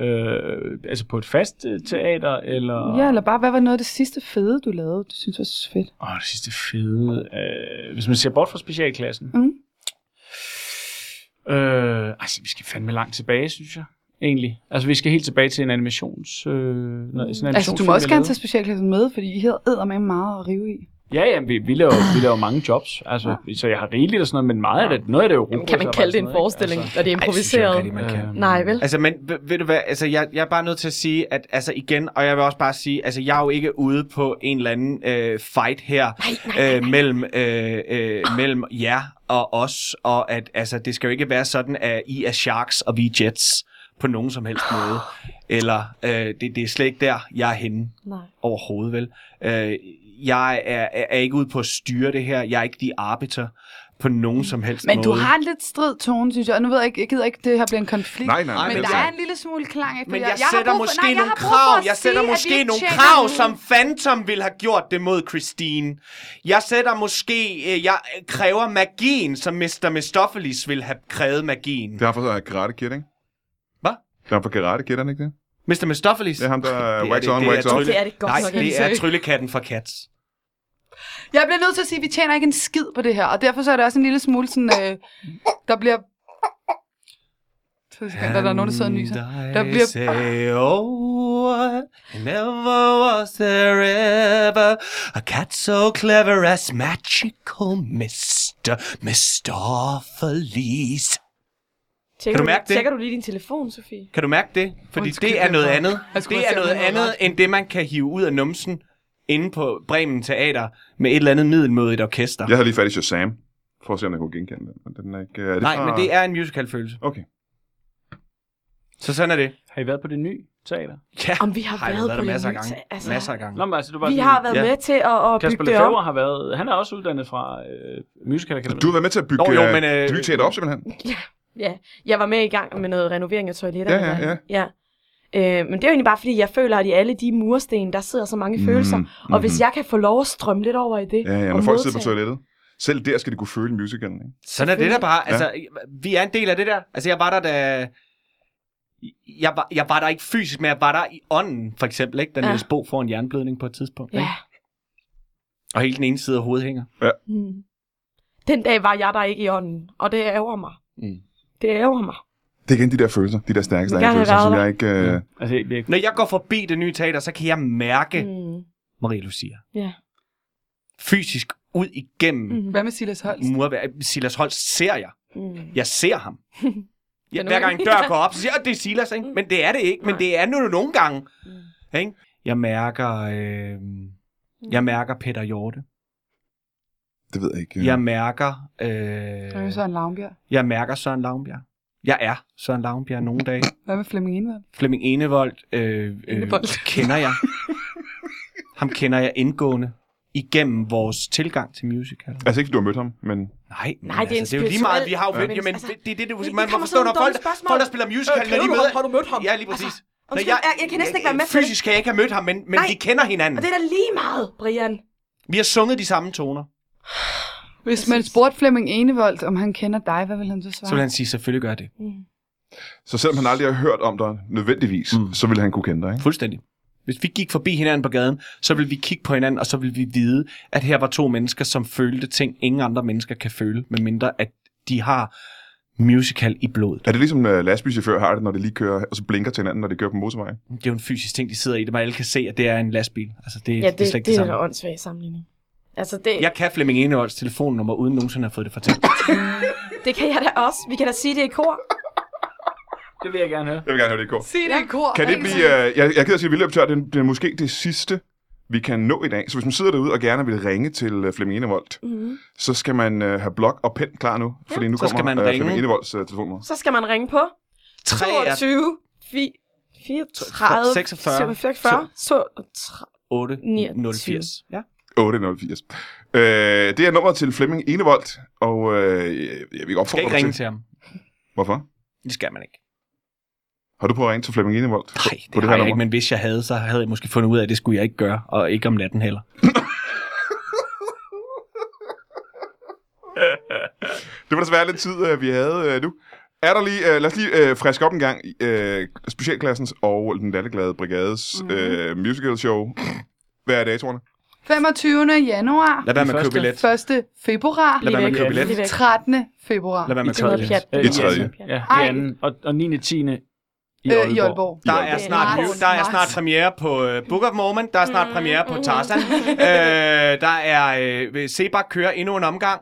S2: Øh, altså på et fast øh, teater, eller...
S3: Ja, eller bare, hvad var noget af det sidste fede, du lavede, du synes var fedt?
S2: Åh, det sidste fede. Øh, hvis man ser bort fra specialklassen.
S3: Mm.
S2: Øh, altså, vi skal fandme langt tilbage, synes jeg. Egentlig. Altså, vi skal helt tilbage til en animations... Øh, noget, sådan en
S3: Altså, du må
S2: animationsfilm,
S3: også
S2: jeg
S3: gerne
S2: lavede.
S3: tage specialklassen med, fordi I hedder eddermame meget at rive i.
S2: Ja, ja, vi, vi, laver, vi laver mange jobs, altså, så jeg har rigeligt og sådan noget, men meget af det, noget af det er jo
S5: Kan man kalde det en forestilling,
S2: Altså,
S5: når det er
S4: Ej, det synes jeg ikke
S5: improviseret?
S4: rigtig, man kan.
S1: Øh.
S5: Nej, vel?
S4: Altså, men ved, ved du hvad, altså, jeg, jeg er bare nødt til at sige, at altså igen, og jeg vil også bare sige, altså, jeg er jo ikke ude på en eller anden øh, fight her øh, mellem, øh, øh, mellem jer og os, og at altså, det skal jo ikke være sådan, at I er sharks, og vi er jets på nogen som helst måde. Eller, øh, det, det er slet ikke der, jeg er henne
S5: Nej.
S4: overhovedet, vel? Øh, jeg er, er, er ikke ude på at styre det her. Jeg er ikke de arbiter. på nogen som helst
S3: Men
S4: måde.
S3: du har en lidt strid tone, synes jeg. Og nu ved jeg ikke, jeg gider ikke, det her bliver en konflikt.
S1: Nej, nej, nej.
S3: men
S1: det altså-
S3: der
S1: ikke.
S3: er en lille smule klang efter.
S4: Men
S3: jeg,
S4: jeg,
S3: har
S4: sætter
S3: brug for-
S4: måske
S3: nej, jeg
S4: nogle
S3: har brug for
S4: krav.
S3: at
S4: Jeg
S3: sige,
S4: sætter
S3: at vi
S4: måske
S3: ikke
S4: nogle
S3: tjener
S4: krav,
S3: nogen.
S4: som Phantom ville have gjort det mod Christine. Jeg sætter måske... Øh, jeg kræver magien, som Mr. Mistopheles ville have krævet magien.
S1: Det er ham fra øh, Karate Kid, ikke?
S4: Hvad?
S1: Det er ham fra Karate Kid, er det ikke det?
S4: Mr. Mistopheles?
S1: Det er ham, der er
S4: Det er
S1: wax
S4: det-
S1: on,
S4: det er
S1: wax off.
S4: trylle-
S5: Det er det godt
S4: Nej,
S5: nok
S4: det
S5: ikke.
S4: er tryllekatten fra Cats.
S3: Jeg bliver nødt til at sige, at vi tjener ikke en skid på det her, og derfor så er det også en lille smule sådan, øh, der bliver... Så skal der, der er nogen, der sidder og nyser.
S4: And
S3: Der
S4: I
S3: bliver-
S4: Say, oh, I never was there ever a cat so clever as magical Mr. Mistopheles.
S5: Tjekker
S4: du mærke det?
S5: Tjekker du lige din telefon, Sofie?
S4: Kan du mærke det? Fordi
S3: Undskyld,
S4: det er
S3: jeg
S4: noget
S3: var-
S4: andet.
S3: Jeg skulle
S4: Det er
S3: også
S4: noget
S3: selv have
S4: andet
S3: noget
S4: end det, man kan hive ud af numsen inde på Bremen Teater med et eller andet middelmådigt orkester.
S1: Jeg havde lige fat i Shazam, for at se, om jeg kunne genkende den. Men den er ikke... øh, Er det
S4: Nej,
S1: fra...
S4: men det er en musicalfølelse.
S1: Okay.
S4: Så sådan er det.
S2: Har I været på det nye teater?
S1: Mhm.
S4: Ja,
S5: Om vi har
S4: Ej,
S5: været
S4: hvor er der
S5: på
S4: masser af
S5: Lyngby
S4: gange.
S5: Teater, altså.
S4: masser af gange.
S2: Nå, men altså, du var
S5: Vi
S2: sådan,
S5: har været
S4: Ja.
S5: med til at, at
S2: Kasper
S5: bygge det op.
S2: Lefebvre har været... Han er også uddannet fra øh, Musical Academy.
S1: Du har været med til at bygge
S4: Nå,
S1: Nå,
S4: jo,
S1: jo,
S4: men, øh,
S1: det nye teater op, simpelthen.
S5: Ja, jeg var med i gang med noget renovering af toiletterne.
S1: Ja, ja,
S5: ja. ja. Øh, men det er jo egentlig bare, fordi jeg føler, at i alle de mursten, der sidder så mange mm, følelser. Og
S1: mhm.
S5: hvis jeg kan få lov at strømme lidt over i det.
S1: Ja, ja,
S5: og
S1: når folk sidder på
S5: modtage-
S1: toilettet. Selv der skal de kunne føle musicalen, ikke?
S4: Sådan er det der bare. Altså, vi er en del af det der. Altså, jeg var der, da... Jeg var, jeg var der ikke fysisk, men jeg var der i ånden, for eksempel, ikke? Da
S5: Ja.
S4: Niels Bo får en jernblødning på et tidspunkt, ikke?
S5: Ja.
S4: Og hele den ene side af hovedet hænger.
S5: Mm. Den dag var jeg der ikke i ånden, og det ærger mig.
S4: Mm.
S5: Det ærger mig.
S1: Det er igen de der følelser, de der stærke,
S5: gerne
S1: stærke
S5: have
S1: følelser,
S5: været
S1: som
S5: der.
S1: jeg ikke... Øh,
S2: Altså, jeg, jeg,
S4: Når jeg går forbi det nye teater, så kan jeg mærke mm.
S5: Mm.
S4: Marie Lucia.
S5: Ja.
S4: Fysisk ud igennem
S5: Mm.
S3: Hvad med Silas Holst?
S4: murværk. Silas Holst ser jeg.
S5: Mm.
S4: Jeg ser ham. Ja,
S5: er nu
S4: hver gang en dør
S5: ikke-
S4: går op, så siger jeg, "Åh, det er Silas,
S3: Mm.
S4: ikke? Men det er det ikke, men det er nu nogle gange. Ikke? Jeg mærker... Øh,
S3: Mm.
S4: jeg mærker Peter Hjorte.
S1: det ved jeg ikke.
S4: Ja.
S1: Øh.
S4: Jeg mærker...
S3: Hvad med
S4: Øh,
S3: Søren Lavnbjerg?
S4: jeg mærker Søren Lauenbjerg. Jeg er Søren Lauenbjerg nogle dage.
S3: Hvad med Flemming Enevold?
S4: Flemming Enevold, øh, øh,
S3: Enevold.
S4: kender jeg. Ham kender jeg indgående igennem vores tilgang til musical.
S1: Altså ikke, fordi du har mødt ham, men...
S4: Nej, men
S5: Nej, det er en
S4: altså, det er jo lige meget, vi har jo
S5: spirituel-
S4: mødt. Jamen,
S5: Altså,
S4: det, det er det, du,
S5: det
S4: man må
S5: kommer
S4: forstå,
S5: sådan
S4: når
S5: nogle
S4: folk,
S5: dumme spørgsmål. Altså,
S4: folk, der spiller musical, når de møder...
S5: Øh, du mødt ham?
S4: Ja, lige præcis.
S5: Altså, undskyld, jeg, jeg kan næsten ikke være med til
S4: Fysisk kan jeg ikke have mødt ham, men, men
S5: Nej.
S4: vi kender hinanden.
S5: Og det er da lige meget, Brian.
S4: Vi har sunget de samme toner.
S3: Hvis man spurgte Flemming Enevold, om han kender dig, hvad vil han så svare?
S4: Så vil han sige, selvfølgelig gør jeg det.
S1: Så selvom han aldrig har hørt om dig nødvendigvis,
S4: Mm.
S1: mm. så ville han kunne kende dig, ikke?
S4: Fuldstændig. Hvis vi gik forbi hinanden på gaden, så ville vi kigge på hinanden, og så ville vi vide, at her var to mennesker, som følte ting, ingen andre mennesker kan føle, medmindre at de har musical i blodet.
S1: Er det ligesom, uh, lastbilchauffører har det, når de lige kører, og så blinker til hinanden, når de kører på motorvejen?
S4: Det er jo en fysisk ting, de sidder i, det man alle kan se, at det er en lastbil. Altså, det,
S5: Ja,
S4: det, det er slet ikke det, det samme.
S5: da åndssvagt sammenligning. Altså, det,
S4: Jeg kan Flemming Enevolds telefonnummer, uden nogensinde at have fået det fortalt.
S5: det kan jeg da også. Vi kan da sige det i kor.
S2: det vil jeg gerne høre.
S1: Jeg vil gerne høre det i går.
S3: Sig det i kor.
S1: Kan det blive, øh, jeg, jeg gider at sige, at Vildløbtør, det, er- det er måske det sidste, vi kan nå i dag. Så hvis man sidder derude og gerne vil ringe til øh, Flemming Enevold,
S5: Mm.
S1: så skal man øh, have blok og pen klar nu, fordi nu
S4: Så skal
S1: kommer
S4: man
S1: øh,
S4: ringe.
S1: Flemming Enevolds øh, telefonnummer.
S5: Så skal man ringe på 22 fi- 34
S4: 46,
S5: 47
S4: 889. Ja.
S1: 8080. Øh, det er nummeret til Flemming Enevold, og øh, jeg vil
S4: Skal
S1: opfordre
S4: ikke
S1: dig
S4: ringe
S1: til.
S4: til ham.
S1: Hvorfor?
S4: Det skal man ikke.
S1: Har du prøvet at ringe til Flemming Enevold?
S4: Nej, det,
S1: på det
S4: det har
S1: her
S4: jeg
S1: nummer?
S4: ikke, men hvis jeg havde, så havde jeg måske fundet ud af, at det skulle jeg ikke gøre, og ikke om natten heller.
S1: Det var desværre lidt tid, øh, vi havde øh, nu. Er der lige, øh, lad os lige øh, friske op en gang. Øh, specialklassens og den lalleglade brigades mm. øh, musical show. Hvad er datorerne?
S3: 25. januar,
S4: øh- Lad være med at købe
S2: første-
S4: billet.
S3: 1. februar,
S4: Lad være med at
S2: væk,
S4: købe
S2: ja.
S4: billet.
S5: Lige væk.
S3: 13. februar
S4: Lad være med at
S5: Det er
S4: købe
S5: noget
S4: billet.
S5: pjat.
S2: Øh,
S1: I tredje.
S2: Ja, det
S3: Ej.
S2: er anden. Og, og 9. 10. i
S3: øh, i
S2: Aalborg.
S3: Aalborg.
S4: Der
S1: I
S4: er
S1: Aalborg.
S4: snart,
S3: Marts.
S4: jul- der er snart
S3: Marts.
S4: premiere på øh, Book of Mormon, der er snart
S5: Mm,
S4: premiere på Tarzan, øh, der er øh, Sebak kører endnu en omgang,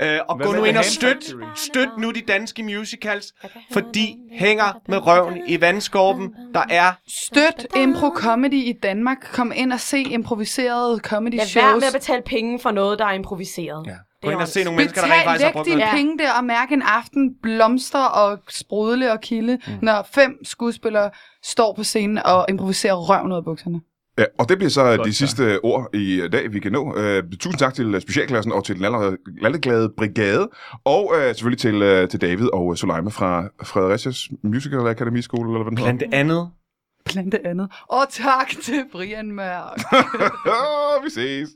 S4: øh, og
S2: Hvad
S4: gå
S2: med
S4: nu
S2: The
S4: ind og
S2: Hand
S4: støt,
S2: Factory?
S4: støt nu de danske musicals, for de hænger med røven i vandskorpen. Der er
S3: Støt Impro Comedy i Danmark. Kom ind og se improviserede comedy
S5: Lad være
S3: shows.
S5: med at betale penge for noget, der er improviseret.
S4: Ja. Gå ind og se
S5: åndssvagt.
S4: nogle mennesker, der rent
S3: Betal
S4: faktisk har
S3: væk
S4: brugt
S3: dine
S4: noget.
S5: noget.
S3: penge der og mærk en aften blomster og sprudle og kilde, mm. når fem skuespillere står på scenen og improviserer røven ud af bukserne.
S1: Ja, og det bliver så Godt,
S2: Godt
S1: de
S2: så.
S1: sidste så. ord i øh, dag, vi kan nå. Øh, tusind tak til øh, specialklassen og til den allerede lalleglade brigade. Og øh, selvfølgelig til, øh, til David og øh, Soleima fra Fredericias Musical Academy Skole, eller hvad den
S4: Blandt
S1: hedder.
S4: andet
S3: Blandt andet. Og tak til Brian Mørk.
S1: vi ses.